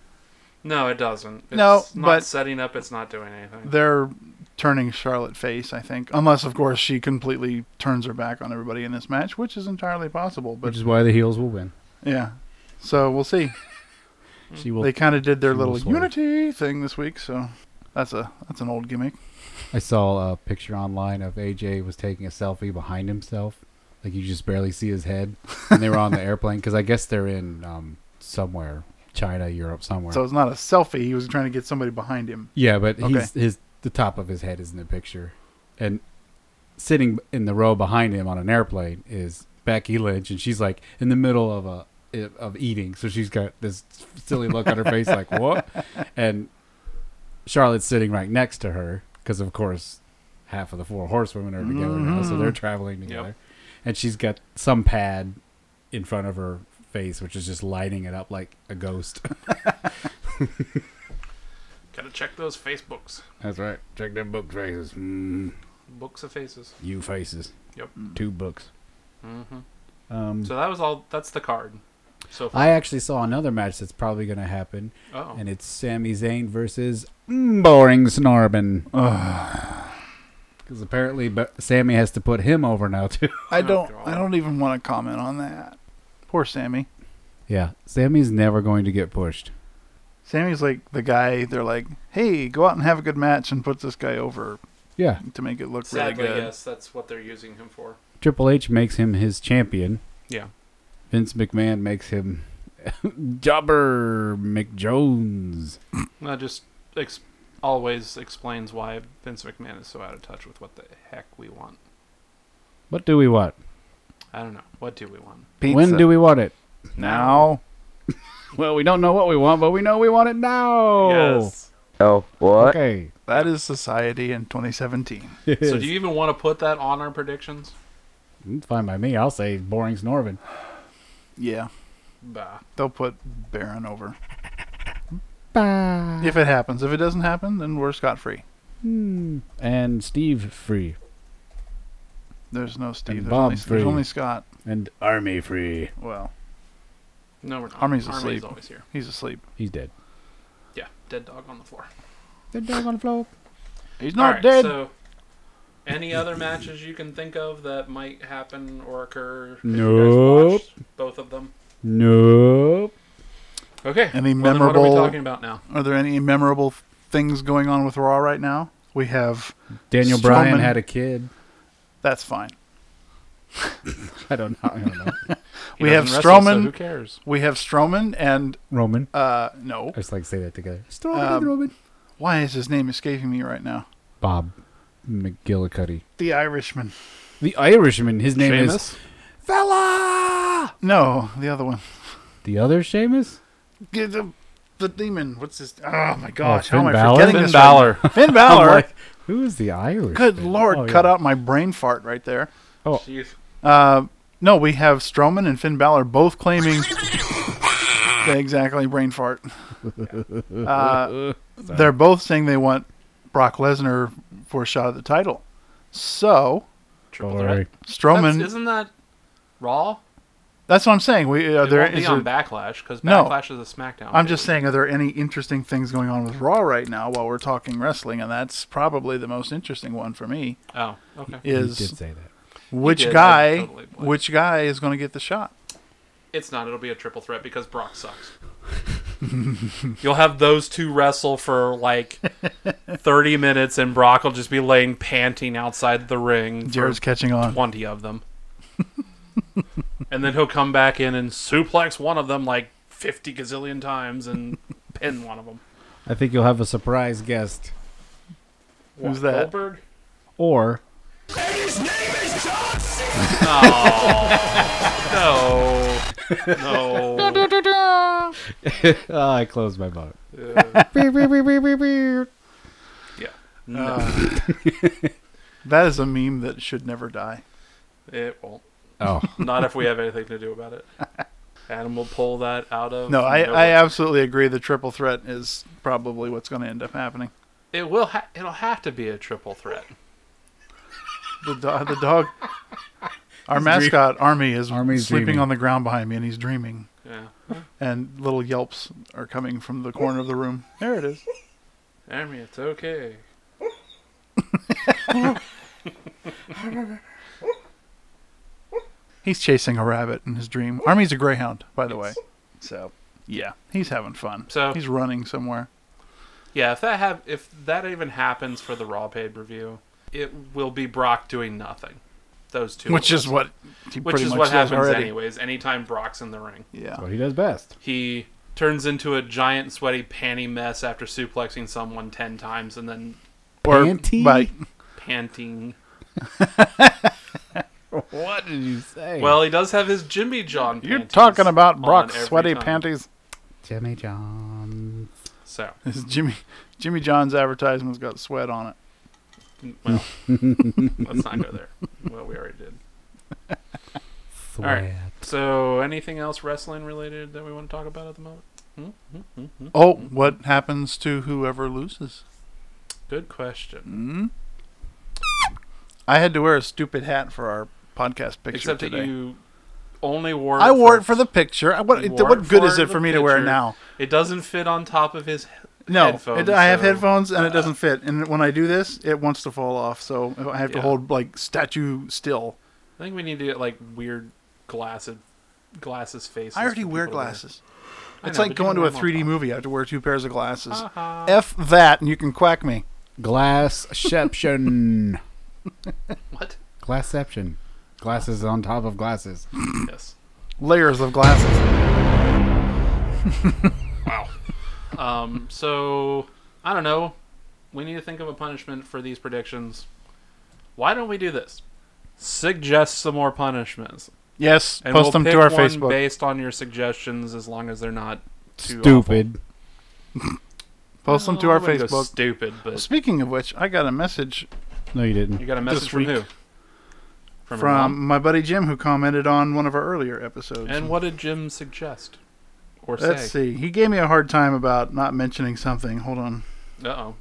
B: No, it doesn't. It's
C: No,
B: not
C: but-
B: setting up. It's not doing anything.
C: They're turning Charlotte face, I think. Unless, of course, she completely turns her back on everybody in this match, which is entirely possible. But
A: Which is why the heels will win.
C: yeah. So we'll see.
A: She will.
C: they kind of did their
A: she
C: little
A: will swerve.
C: unity thing this week, so that's a that's an old gimmick.
A: I saw a picture online of AJ was taking a selfie behind himself, like you just barely see his head. And they were on the airplane because I guess they're in um somewhere, China, Europe, somewhere.
C: So it's not a selfie. He was trying to get somebody behind him.
A: Yeah, but
C: Okay.
A: he's his the top of his head is in the picture, and sitting in the row behind him on an airplane is Becky Lynch, and she's like in the middle of a of eating, so she's got this silly look on her face, like what? And Charlotte's sitting right next to her because, of course, half of the four horsewomen are together now, so they're traveling together, and she's got some pad in front of her face, which is just lighting it up like a ghost.
B: Gotta check those Facebooks.
A: That's right. Check them book faces. Mm.
B: Books of faces.
A: You faces.
B: Yep.
A: Two books.
B: hmm
A: Um,
B: So that was all. That's the card. So far.
A: I actually saw another match that's probably going to happen,
B: oh.
A: and it's Sami Zayn versus mm, Boring Snorbin. Because apparently, but Sammy has to put him over now too.
C: I
B: Oh,
C: don't
B: God.
C: I don't even want to comment on that. Poor Sammy.
A: yeah, Sammy's never going to get pushed.
C: Sammy's like the guy. They're like, "Hey, go out and have a good match and put this guy over
A: Yeah,
C: to make it look
B: Sadly,
C: really good."
B: yes, that's what they're using him for.
A: Triple H makes him his champion.
B: Yeah.
A: Vince McMahon makes him Jobber McJones.
B: That just ex- always explains why Vince McMahon is so out of touch with what the heck we want.
A: What do we want?
B: I don't know. What do we want?
C: Pizza.
A: When do we want it?
C: now? Oh,
A: Well, we don't know what we want, but we know we want it now.
B: Yes.
F: Oh, what?
A: Okay.
C: That is society in 2017.
B: So do you even want to put that on our predictions?
A: Fine by me. I'll say boring Snorvin.
C: Yeah,
B: Bah.
C: they'll put Baron over. If it happens, if it doesn't happen, then we're scot free.
A: Hmm. And Steve free.
C: There's no Steve.
A: And
C: There's
A: Bob
C: only,
A: free.
C: there's only Scott.
A: And Army free.
C: Well,
B: No, we're not.
C: Army's
B: Army's
C: asleep.
B: always here.
C: he's asleep.
A: He's dead.
B: Yeah, dead dog on the floor.
A: Dead dog on the floor.
C: He's
B: All
C: not
B: right,
C: dead.
B: So, any other matches you can think of that might happen or occur? if you guys
A: Nope.
B: watched Both of them.
A: Nope.
B: Okay.
C: Any
B: well, then
C: memorable-
B: What are we talking about now?
C: Are there any memorable things going on with Raw right now? We have.
A: Daniel Bryan
C: Strowman.
A: had a kid.
C: That's fine.
A: I don't know. I don't know.
B: He
C: we have
B: doesn't wrestle, so
C: Strowman.
B: who cares?
C: we have Strowman and
A: Roman.
C: uh no.
A: I just like to say that together. Strowman
C: Um,
A: and Roman.
C: Why is his name escaping me right now?
A: Bob McGillicuddy.
C: The Irishman.
A: The Irishman. His name is Fella.
C: No, the other one.
A: The other Seamus.
C: The, the, the demon. What's his? Oh my gosh!
A: Finn
C: how am I
A: Balor?
C: forgetting
A: Finn
C: this? right now? Finn Balor.
A: I'm like, who is the Irish?
C: Oh, Good
A: man?
C: lord!
A: Oh,
C: Cut
A: yeah.
C: out my brain fart right there.
B: Jeez.
C: Uh, no, we have Strowman and Finn Balor both claiming Yeah, exactly brain fart. Uh, they're both saying they want Brock Lesnar for a shot at the title. So
B: Triple
A: All
B: threat.
A: right.
C: Strowman.
B: That's- Isn't that Raw?
C: That's what I'm saying. We are
B: It
C: there
B: won't be
C: is
B: on
C: there-
B: Backlash because
C: No.
B: Backlash is a SmackDown.
C: I'm just
B: pay-per-view.
C: saying, are there any interesting things going on with Raw right now while we're talking wrestling? And that's probably the most interesting one for me.
B: Oh, okay.
A: You did
C: Is
A: say that.
C: which
B: did. I
C: guy,
B: totally blanked.
C: which guy is going to get the shot?
B: It's not. It'll be a triple threat because Brock sucks. You'll have those two wrestle for like 30 minutes, and Brock will just be laying panting outside the ring. For
C: Jared's catching on.
B: 20 of them. and then he'll come back in and suplex one of them like 50 gazillion times and pin one of them.
A: I think you'll have a surprise guest
C: Who's that?
B: Goldberg?
A: or
B: No. No.
A: Oh, I closed my vote.
B: yeah.
C: Uh. That is a meme that should never die.
B: It won't.
A: Oh,
B: Not if we have anything to do about it. Adam will pull that out of.
C: No, I,
B: nowhere.
C: I absolutely agree. The triple threat is probably what's going to end up happening.
B: It will. Ha- it'll have to be a triple threat.
C: The do- the dog. Our mascot Army is
A: Army's
C: sleeping
A: dreaming.
C: on the ground behind me, and he's dreaming.
B: Yeah.
C: And little yelps are coming from the corner of the room. There it is.
B: I mean, it's okay.
C: He's chasing a rabbit in his dream. Army's a greyhound, by the way. So yeah, he's having fun.
B: So-
C: he's running somewhere.
B: Yeah. If that have, if that even happens for the Raw pay per view, it will be Brock doing nothing. Those two.
C: Which is what he
B: which
C: pretty
B: is
C: much
B: what
C: does
B: happens
C: already.
B: anyways. Anytime Brock's in the ring,
C: Yeah.
A: what he does best.
B: he turns into a giant sweaty panty mess after suplexing someone ten times and then
C: Or
A: Panty?
C: by
B: panting.
A: What did you say?
B: Well, he does have his Jimmy John.
C: Hmm. You're
B: panties
C: talking about
B: on
C: Brock's
B: every
C: sweaty
B: time.
C: panties.
A: Jimmy John.
B: So
C: This is Jimmy Jimmy John's advertisement's got sweat on it.
B: Well, let's not go there. Well, we already did. All right. So, anything else wrestling related that we want to talk about at the moment? Hmm?
C: Oh, what happens to whoever loses?
B: Good
C: Mm,
B: question.
C: I had to wear a stupid hat for our podcast picture
B: Except that
C: today.
B: you only wore.
C: I wore it for the picture. I- What
B: You wore
C: what
B: it
C: good
B: for
C: is it
B: the
C: for me to wear it
B: picture.
C: now?
B: It doesn't fit on top of his.
C: No, it,
B: headphones,
C: I have
B: so-
C: headphones and it doesn't fit. And when I do this, it wants to fall off. So I have to
B: Yeah.
C: hold like statue still.
B: I think we need to get like weird glasses, glasses faces.
C: I already
B: for
C: wear
B: people to
C: glasses.
B: I
C: It's
B: know,
C: like
B: but you
C: going
B: can
C: to a
B: wear them on
C: 3D
B: top.
C: movie. I have to wear two pairs of glasses. F that, and you can quack me.
A: Glassception.
B: What?
A: Glassception. Glasses on top of glasses.
B: Yes.
C: Layers of glasses.
B: Um. So I don't know. We need to think of a punishment for these predictions. Why don't we do this? Suggest some more punishments.
C: Yes,
B: And
C: post
B: we'll
C: them
B: pick
C: to our
B: one
C: Facebook.
B: based on your suggestions, as long as they're not too
A: Stupid.
B: awful.
C: Post them to
B: I
C: our
B: wouldn't go
C: Facebook.
B: Oh, Stupid, but
C: Speaking of which, I got a message
A: No, you didn't.
B: you got a message
C: This
B: from
C: week.
B: who? From, your mom?
C: from my buddy Jim who commented on one of our earlier episodes.
B: And what did Jim suggest or
C: Let's
B: say?
C: see. He gave me a hard time about not mentioning something. Hold on.
B: Uh oh.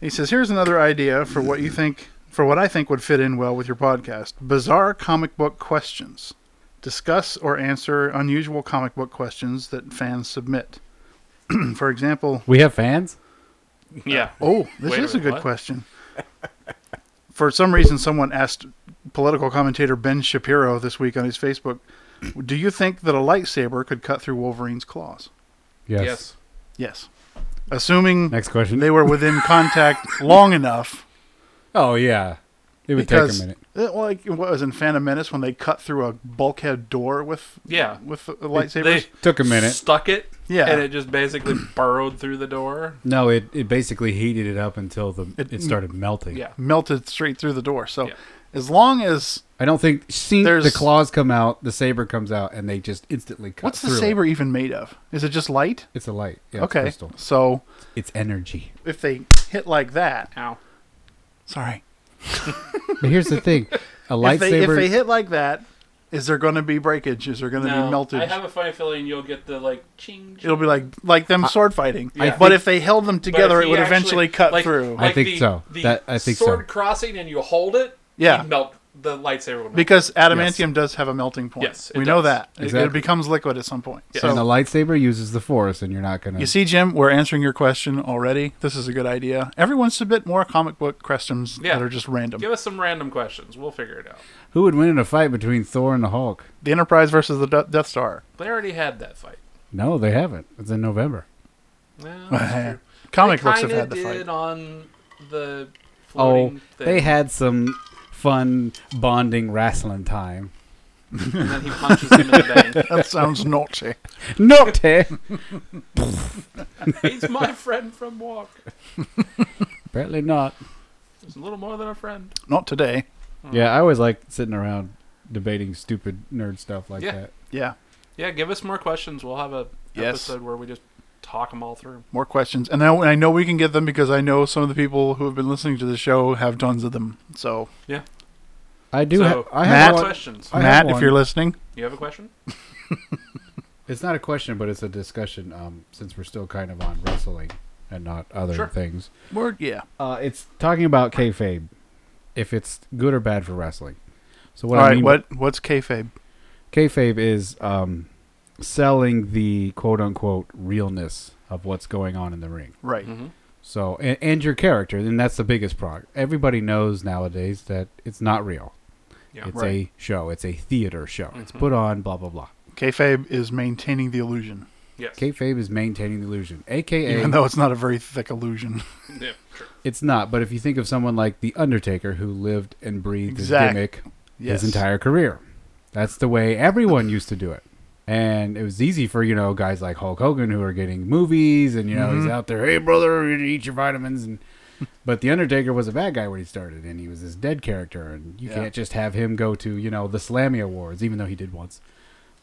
C: He says, "Here's another idea for what you think for what I think would fit in well with your podcast. Bizarre comic book questions. Discuss or answer unusual comic book questions that fans submit. for example,
A: We have fans.
B: Yeah.
C: Oh, this
B: Wait a
C: is a
B: minute,
C: good
B: what?
C: question. For some reason, someone asked political commentator Ben Shapiro this week on his Facebook, "Do you think that a lightsaber could cut through Wolverine's claws?"
A: Yes.
B: Yes.
C: Yes, assuming
A: Next question.
C: they were within contact long enough.
A: oh yeah, it would take
C: Because
A: a minute.
C: eh, like what was in Phantom Menace when they cut through a bulkhead door with
B: Yeah.
C: with the lightsabers.
B: They
A: Took a minute.
B: stuck it.
C: Yeah.
B: And it just basically burrowed through the door.
A: No, it, it basically heated it up until the
C: It-
A: it, started melting.
B: Yeah.
C: melted straight through the door. So
B: Yeah.
C: as long as
A: I don't think. See, the
C: There's-
A: claws come out, the saber comes out, and they just instantly cut
C: what's the
A: through it.
C: saber even made of? Is it just light?
A: It's a light. Yeah, It's,
C: okay,
A: crystal.
C: so
A: it's energy.
C: if they hit like that,
B: Ow.
C: sorry.
A: But here's the thing: a lightsaber.
C: if they, if they hit like that, is there going to be breakage? Is there going to be
B: I
C: meltage?
B: have a funny feeling you'll get the like ching.
C: It'll be like like them sword fighting.
B: Yeah.
C: But if they held them
B: But if
C: together, it
B: you
C: would
B: actually-
C: eventually cut
B: like-
C: through.
A: I think
B: the-
A: so.
B: the
A: That- I think so.
B: sword crossing, and you hold it.
C: Yeah.
B: you melt the lightsaber. Would melt.
C: because adamantium does have a melting point.
B: Yes, it
C: we know
B: does.
C: that It- it,
A: Exactly.
C: becomes liquid at some point.
B: Yes.
A: and a
C: So
A: lightsaber uses the force, and you're not gonna.
C: you see, Jim, we're answering your question already. This is a good idea. Everyone submit more comic book questions
B: Yeah.
C: that are just random.
B: give us some random questions. We'll figure it out.
A: Who would win in a fight between Thor and the Hulk?
C: The Enterprise versus the De- Death Star.
B: They already had that fight.
A: No, they haven't. It's in November.
B: Well,
C: Uh-huh. comic
B: they
C: books have
B: kinda
C: had the
B: did
C: fight.
B: on the.
A: Oh,
B: floating thing,
A: they had some fun bonding wrestling time.
B: And then he punches him in the
C: That sounds naughty.
A: Naughty.
B: bank. He's my friend from walk.
A: Apparently not.
B: He's a little more than a friend.
C: Not today.
A: Yeah, I always like sitting around debating stupid nerd stuff like
B: Yeah.
A: that.
C: Yeah.
B: Yeah, give us more questions. We'll have a
C: Yes.
B: episode where we just talk them all through.
C: more questions. And I, and I know we can get them because I know some of the people who have been listening to the show have tons of them. So,
B: Yeah.
A: I do.
B: so,
A: ha- I
B: Matt,
A: have. One,
B: questions.
A: I have
C: Matt,
A: one.
C: if you're listening,
B: You have a question?
A: it's not a question, but it's a discussion. Um, since we're still kind of on wrestling and not other
B: Sure.
A: things.
C: word, yeah.
A: Uh, it's talking about kayfabe, if it's good or bad for wrestling. So what
C: All
A: I
C: right,
A: mean
C: what what's kayfabe?
A: kayfabe is um, selling the quote unquote realness of what's going on in the ring.
C: Right.
A: So and, and your character, and that's the biggest prog. Everybody knows nowadays that it's not real.
B: Yeah.
A: it's
C: Right. Mm-hmm.
A: a show. It's a theater show. It's put on. Blah blah blah.
C: Kayfabe is maintaining the illusion,
B: Yes.
A: Kayfabe is maintaining the illusion, aka
C: even though it's not a very thick illusion.
B: Yeah, sure.
A: it's not. But if you think of someone like the Undertaker, who lived and breathed his
C: Exact-
A: gimmick
C: Yes.
A: his entire career. That's the way everyone used to do it. And it was easy for, you know, guys like Hulk Hogan who are getting movies and, you know,
C: Mm-hmm.
A: he's out there, hey, brother, eat your vitamins. And, but The Undertaker was a bad guy when he started and he was this dead character. And you
C: Yeah.
A: can't just have him go to, you know, the Slammy Awards, even though he did once.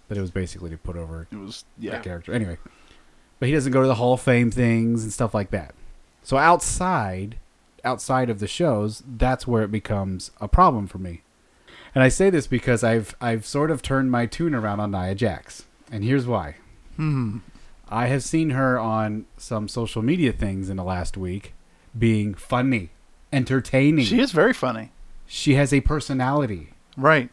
A: But it was basically to put over
C: It was yeah.
A: that character. Anyway, but he doesn't go to the Hall of Fame things and stuff like that. So outside, outside of the shows, that's where it becomes a problem for me. And I say this because I've I've sort of turned my tune around on Nia Jax, and here's why.
C: Hmm.
A: I have seen her on some social media things in the last week, being funny, entertaining.
C: She is very funny.
A: She has a personality.
C: Right.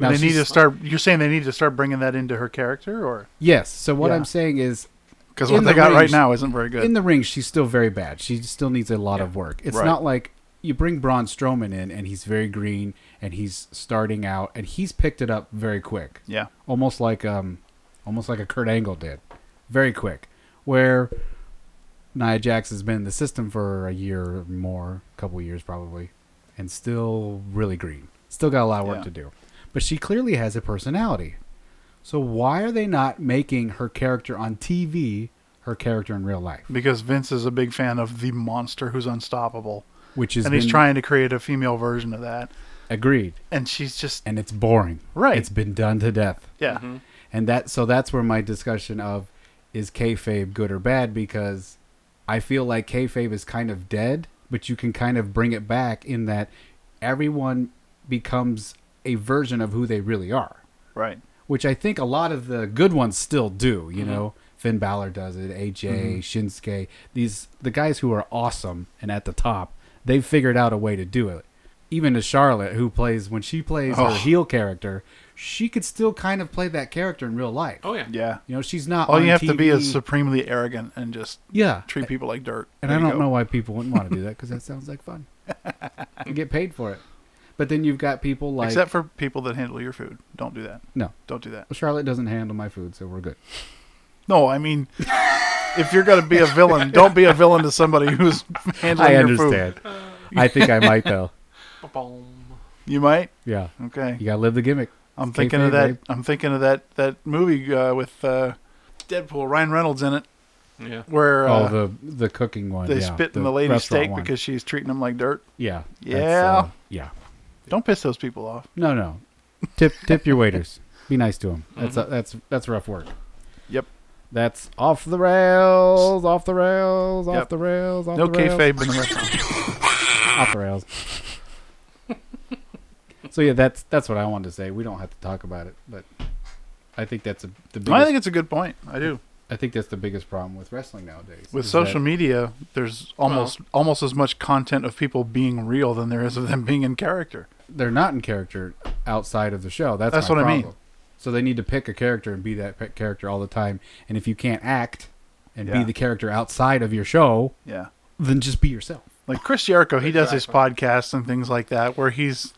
A: Now
C: they need
A: she's-
C: to start. You're saying they need to start bringing that into her character, or
A: Yes. So what
C: Yeah.
A: I'm saying is,
C: because
A: In
C: what they
A: the
C: got right
A: range-
C: now isn't very good.
A: in the ring, she's still very bad. She still needs a lot of work. It's
C: Right.
A: not like you bring Braun Strowman in and he's very green and he's starting out and he's picked it up very quick.
C: yeah.
A: Almost like um almost like a Kurt Angle did. Very quick. Where Nia Jax has been in the system for a year or more, a couple years probably, and still really green. Still got a lot of work
C: Yeah.
A: to do. But she clearly has a personality. So why are they not making her character on TV her character in real life?
C: Because Vince is a big fan of the monster who's unstoppable,
A: which is
C: and he's trying to create a female version of that.
A: agreed
C: And she's just
A: and it's boring
C: Right.
A: it's been done to death
C: yeah.
A: and that so that's where my discussion of is kayfabe good or bad because I feel like kayfabe is kind of dead, but you can kind of bring it back in that everyone becomes a version of who they really are,
C: Right.
A: which I think a lot of the good ones still do.
C: Mm-hmm.
A: You know, Finn Balor does it, AJ Shinsuke, these the guys who are awesome and at the top, they've figured out a way to do it. Even to Charlotte, who plays when she plays
C: Oh.
A: her heel character, she could still kind of play that character in real life.
B: Oh yeah.
C: Yeah.
A: You know, she's not.
C: All
A: on
C: you have to be
A: TV.
C: is supremely arrogant and just
A: yeah,
C: treat people like dirt.
A: and
C: There
A: I
C: you
A: don't
C: go.
A: know why people wouldn't want to do that because that sounds like fun. you get paid for it, but then you've got people like
C: Except for people that handle your food. Don't do that.
A: no.
C: Don't do that.
A: Charlotte doesn't handle my food, so we're good.
C: No, I mean, if you're going to be a villain, don't be a villain to somebody who's handling
A: I
C: your
A: understand. I think I might though.
B: Ba-boom.
C: food. You might.
A: Yeah,
C: Okay.
A: you gotta live the gimmick.
C: I'm
A: It's
C: thinking of
A: kayfabe,
C: that.
A: babe.
C: I'm thinking of that that movie uh, with uh, Deadpool, Ryan Reynolds in it,
B: Yeah.
C: where
A: oh,
C: uh,
A: the the cooking one.
C: they
A: yeah,
C: spit in the lady's
A: restaurant
C: steak
A: one.
C: because she's treating them like dirt.
A: yeah, that's,
C: Yeah.
A: uh, yeah.
C: Don't piss those people off.
A: No, no. Tip tip your waiters. Be nice to them.
C: Mm-hmm.
A: That's uh, that's that's rough work.
C: Yep.
A: That's off the rails, off the rails, off
C: Yep.
A: the rails, off
C: No
A: the rails.
C: kayfabe in the restaurant.
A: off the rails. so yeah, that's that's what I wanted to say. We don't have to talk about it, but I think that's a, the biggest,
C: I think it's a good point. I do.
A: that's the biggest problem with wrestling nowadays.
C: With
A: is
C: social
A: that-
C: media, there's almost almost as much content of people being real than there is of them being in character.
A: they're not in character outside of the show. That's
C: That's
A: my
C: what I mean.
A: problem. So they need to pick a character and be that pe- character all the time. And if you can't act and be
C: Yeah.
A: the character outside of your show,
C: Yeah.
A: then just be yourself.
C: Like Chris Jericho, he does his podcasts and things like that where he's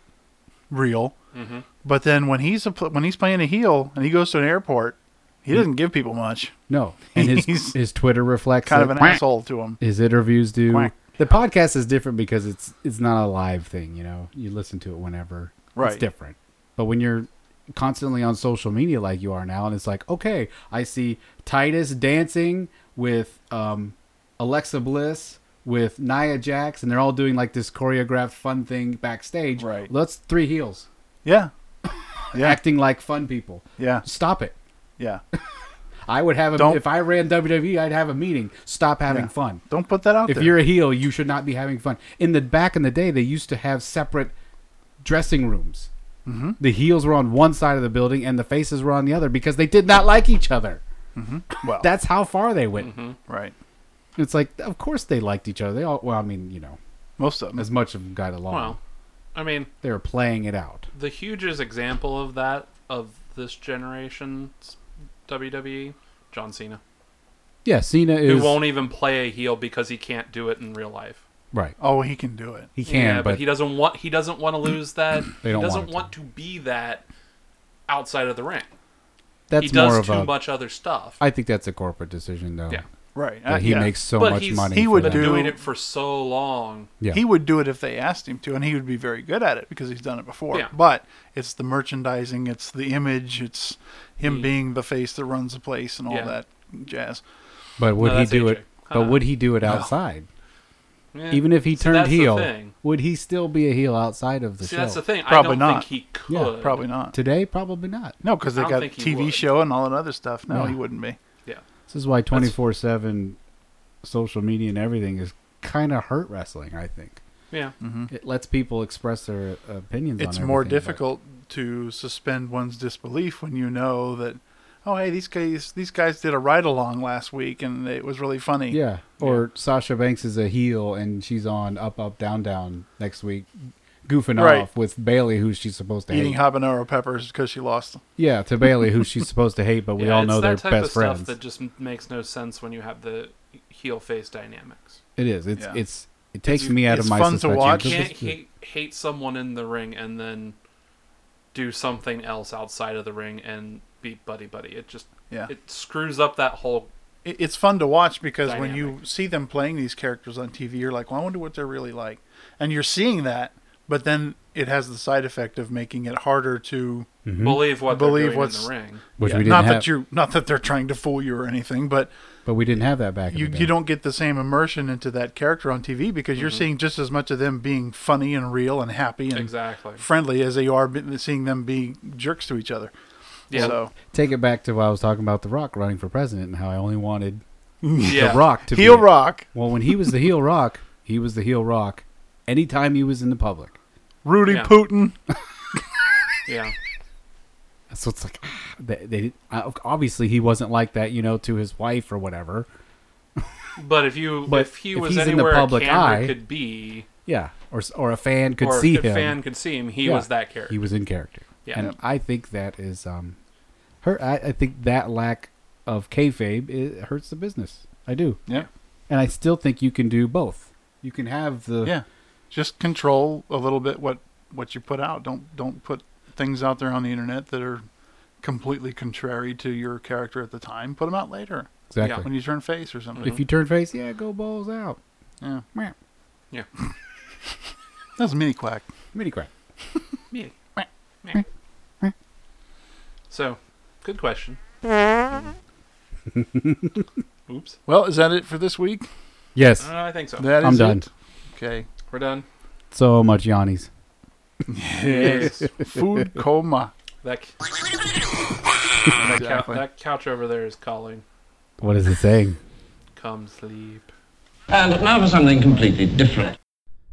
C: real.
A: Mm-hmm.
C: But then when he's a, pl- when he's playing a heel and he goes to an airport, he doesn't give people much.
A: No, and his
C: He's
A: his Twitter reflects
C: Kind
A: it.
C: of an asshole to him.
A: his interviews do.
C: Quack.
A: The podcast is different because it's it's not a live thing, you know. You listen to it whenever. It's
C: Right.
A: different. But when you're constantly on social media like you are now and it's like, okay, I see Titus dancing with um Alexa Bliss with Nia Jax and they're all doing like this choreographed fun thing backstage.
C: Right.
A: Well, that's three heels
C: Yeah. Yeah.
A: acting like fun people.
C: Yeah.
A: Stop it.
C: Yeah.
A: I would have a
C: Don't-
A: if I ran WWE, I'd have a meeting. Stop having
C: Yeah.
A: fun
C: Don't put that out
A: if
C: there.
A: you're a heel, you should not be having fun. In the back in the day, they used to have separate dressing rooms.
C: Mm-hmm.
A: The heels were on one side of the building and the faces were on the other because they did not like each other.
C: Mm-hmm. well,
A: That's how far they went.
B: Mm-hmm.
C: right.
A: It's like, of course they liked each other. They all, well, I mean, you know,
C: Most of them.
A: as much of them got along.
B: Well, I mean,
A: They were playing it out.
B: the hugest example of that of this generation's WWE, John Cena,
A: Yeah, Cena
B: who
A: is
B: won't even play a heel because he can't do it in real life.
A: right.
C: oh, he can do it.
A: He can,
B: yeah,
A: but,
B: he doesn't want he doesn't want to lose that.
A: They don't
B: he doesn't
A: want it to.
B: want to be that outside of the ring.
A: that's
B: he does
A: more of
B: too
A: a.
B: much other stuff.
A: I think that's a corporate decision, though.
B: Yeah.
C: Right.
A: That
C: Uh,
A: he
C: yeah.
A: makes so
B: But
A: much
B: he's-
A: money.
C: he
A: for
C: would
A: that.
B: been
C: do-
B: doing it for so long.
A: Yeah.
C: He would do it if they asked him to, and he would be very good at it because he's done it before.
B: Yeah.
C: But it's the merchandising, it's the image, it's him being the face that runs the place and all
B: Yeah.
C: that jazz.
A: But would
B: No,
A: he
B: that's Uh-huh.
A: do
B: AJ.
A: it? But
B: Huh.
A: would he do it outside?
B: Yeah.
A: Even if he
B: See,
A: turned
B: that's the
A: heel,
B: thing.
A: would he still be a heel outside of the
B: See,
A: show?
B: that's the thing.
C: Probably
B: I don't
C: not.
B: think he could.
A: Yeah,
C: Probably not.
A: Today, probably not.
C: No, because they
B: I don't
C: got a
B: think he
C: TV
B: would.
C: show and all that other stuff. No,
A: No.
C: he wouldn't be.
B: Yeah.
A: This is why twenty four seven social media and everything is kind of hurt wrestling. I think
B: Yeah.
A: it lets people express their opinions. on
C: Mm-hmm. It's more
A: everything, but-
C: difficult to suspend one's disbelief when you know that, oh hey, these guys these guys did a ride along last week and it was really funny.
A: Yeah. Or Sasha Banks is a heel and she's on Up Up Down Down next week, goofing
C: Right.
A: off with Bailey, who she's supposed to
C: Eating
A: hate.
C: habanero peppers because she lost.
A: yeah, to Bailey, who she's supposed to hate, but we
B: Yeah,
A: all
B: it's
A: know they're
B: that type
A: best
B: of
A: friends.
B: stuff that just m- makes no sense when you have the heel face dynamics.
A: It is. It's
C: Yeah.
A: it's it takes me out
C: it's
A: of my
C: fun to
A: suspension.
C: watch.
B: You
A: Just-
B: can't hate, hate someone in the ring and then do something else outside of the ring and be buddy buddy. It just
C: Yeah.
B: it screws up that whole.
C: it- it's fun to watch because when you see them playing these characters on TV, you're like, well, I wonder what they're really like. And you're seeing that, but then it has the side effect of making it harder to
A: Mm-hmm.
B: Believe what
C: Believe
B: believe they're doing
C: what's-
B: in the ring.
A: which
C: Yeah,
A: we didn't
C: not
A: have,
C: that you not that they're trying to fool you or anything, but
A: but we didn't have that back. in
C: you
A: the
C: you
A: day.
C: don't get the same immersion into that character on TV because
B: Mm-hmm.
C: you're seeing just as much of them being funny and real and happy and
B: Exactly.
C: friendly as they are be- seeing them be jerks to each other.
B: Yeah.
C: So
A: take it back to what I was talking about. The Rock running for president and how I only wanted
B: yeah.
A: the Rock to
C: Heel
A: be-
C: Rock
A: Well, when he was the heel Rock, he was the heel Rock. Anytime he was in the public,
C: Rudy
B: Yeah.
C: Putin.
B: Yeah.
A: so it's like ah, they, they uh, obviously he wasn't like that, you know, to his wife or whatever.
B: But if you
A: But
B: if he
A: if
B: was
A: he's in the
B: anywhere a
A: public
B: camera
A: eye,
B: could be
A: Yeah, or s- or a fan could
B: or
A: see
B: a
A: him.
B: fan could see him, he
A: Yeah.
B: was that character.
A: He was in character.
B: Yeah.
A: And I think that is um, her. I, I think that lack of kayfabe it hurts the business. I do,
C: Yeah.
A: and I still think you can do both. You can have the
C: Yeah. Just control a little bit what what you put out. Don't don't put things out there on the internet that are completely contrary to your character at the time. Put them out later
A: exactly.
C: when you turn face or something.
A: If you turn face, yeah, go balls out.
C: Yeah.
A: Meh.
B: Yeah.
C: That was mini quack.
A: Mini crap.
B: Yeah. So, good question. Oops.
C: Well, is that it for this week?
A: Yes,
B: Uh, I think so.
C: That is
A: I'm done.
C: it. Okay.
B: We're done.
A: So much Yanni's.
B: Yes.
C: Food coma.
B: that, c- that, cou-
C: Exactly.
B: that couch over there is calling.
A: What is it saying?
B: Come sleep.
E: And now for something completely different.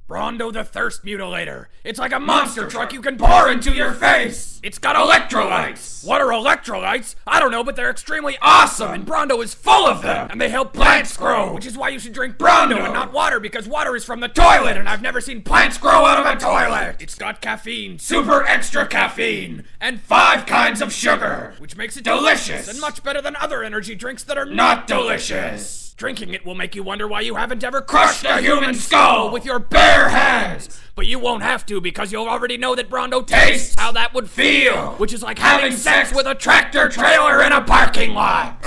D: Brondo the Thirst Mutilator. It's like a monster truck you can pour into your face. It's got electrolytes. What are electrolytes? I don't know, but they're extremely awesome, and Brondo is full of them. And they help plants grow, which is why you should drink Brondo and not water, because water is from the toilet, and I've never seen plants grow out of a toilet. It's got caffeine, super extra caffeine, and five kinds of sugar, which makes it delicious and much better than other energy drinks that are not delicious. Drinking it will make you wonder why you haven't ever crushed a human skull with your bare hands. But you won't have to because you'll already know that Brondo tastes how that would feel, which is like having sex with a tractor trailer in a parking lot.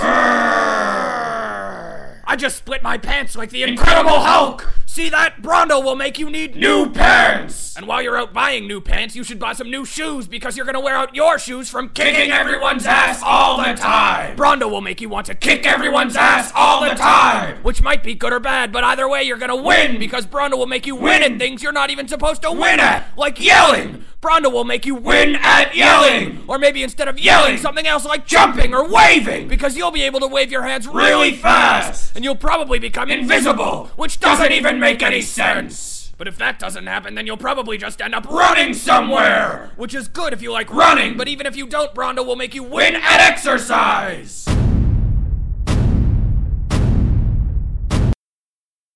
D: I just split my pants like the Incredible Hulk. See that? Brondo will make you need new pants. And while you're out buying new pants, you should buy some new shoes because you're gonna wear out your shoes from kicking everyone's ass all the time. Brondo will make you want to kick everyone's ass all the time, which might be good or bad, but either way, you're gonna win because Brondo will make you win at things you're not even supposed to win at, like yelling. Brondo will make you win at yelling! Or maybe instead of yelling, something else like jumping or waving! Because you'll be able to wave your hands really fast! And you'll probably become invisible, which doesn't even make any sense! But if that doesn't happen, then you'll probably just end up running somewhere! Which is good if you like running, but even if you don't, Brondo will make you win at exercise!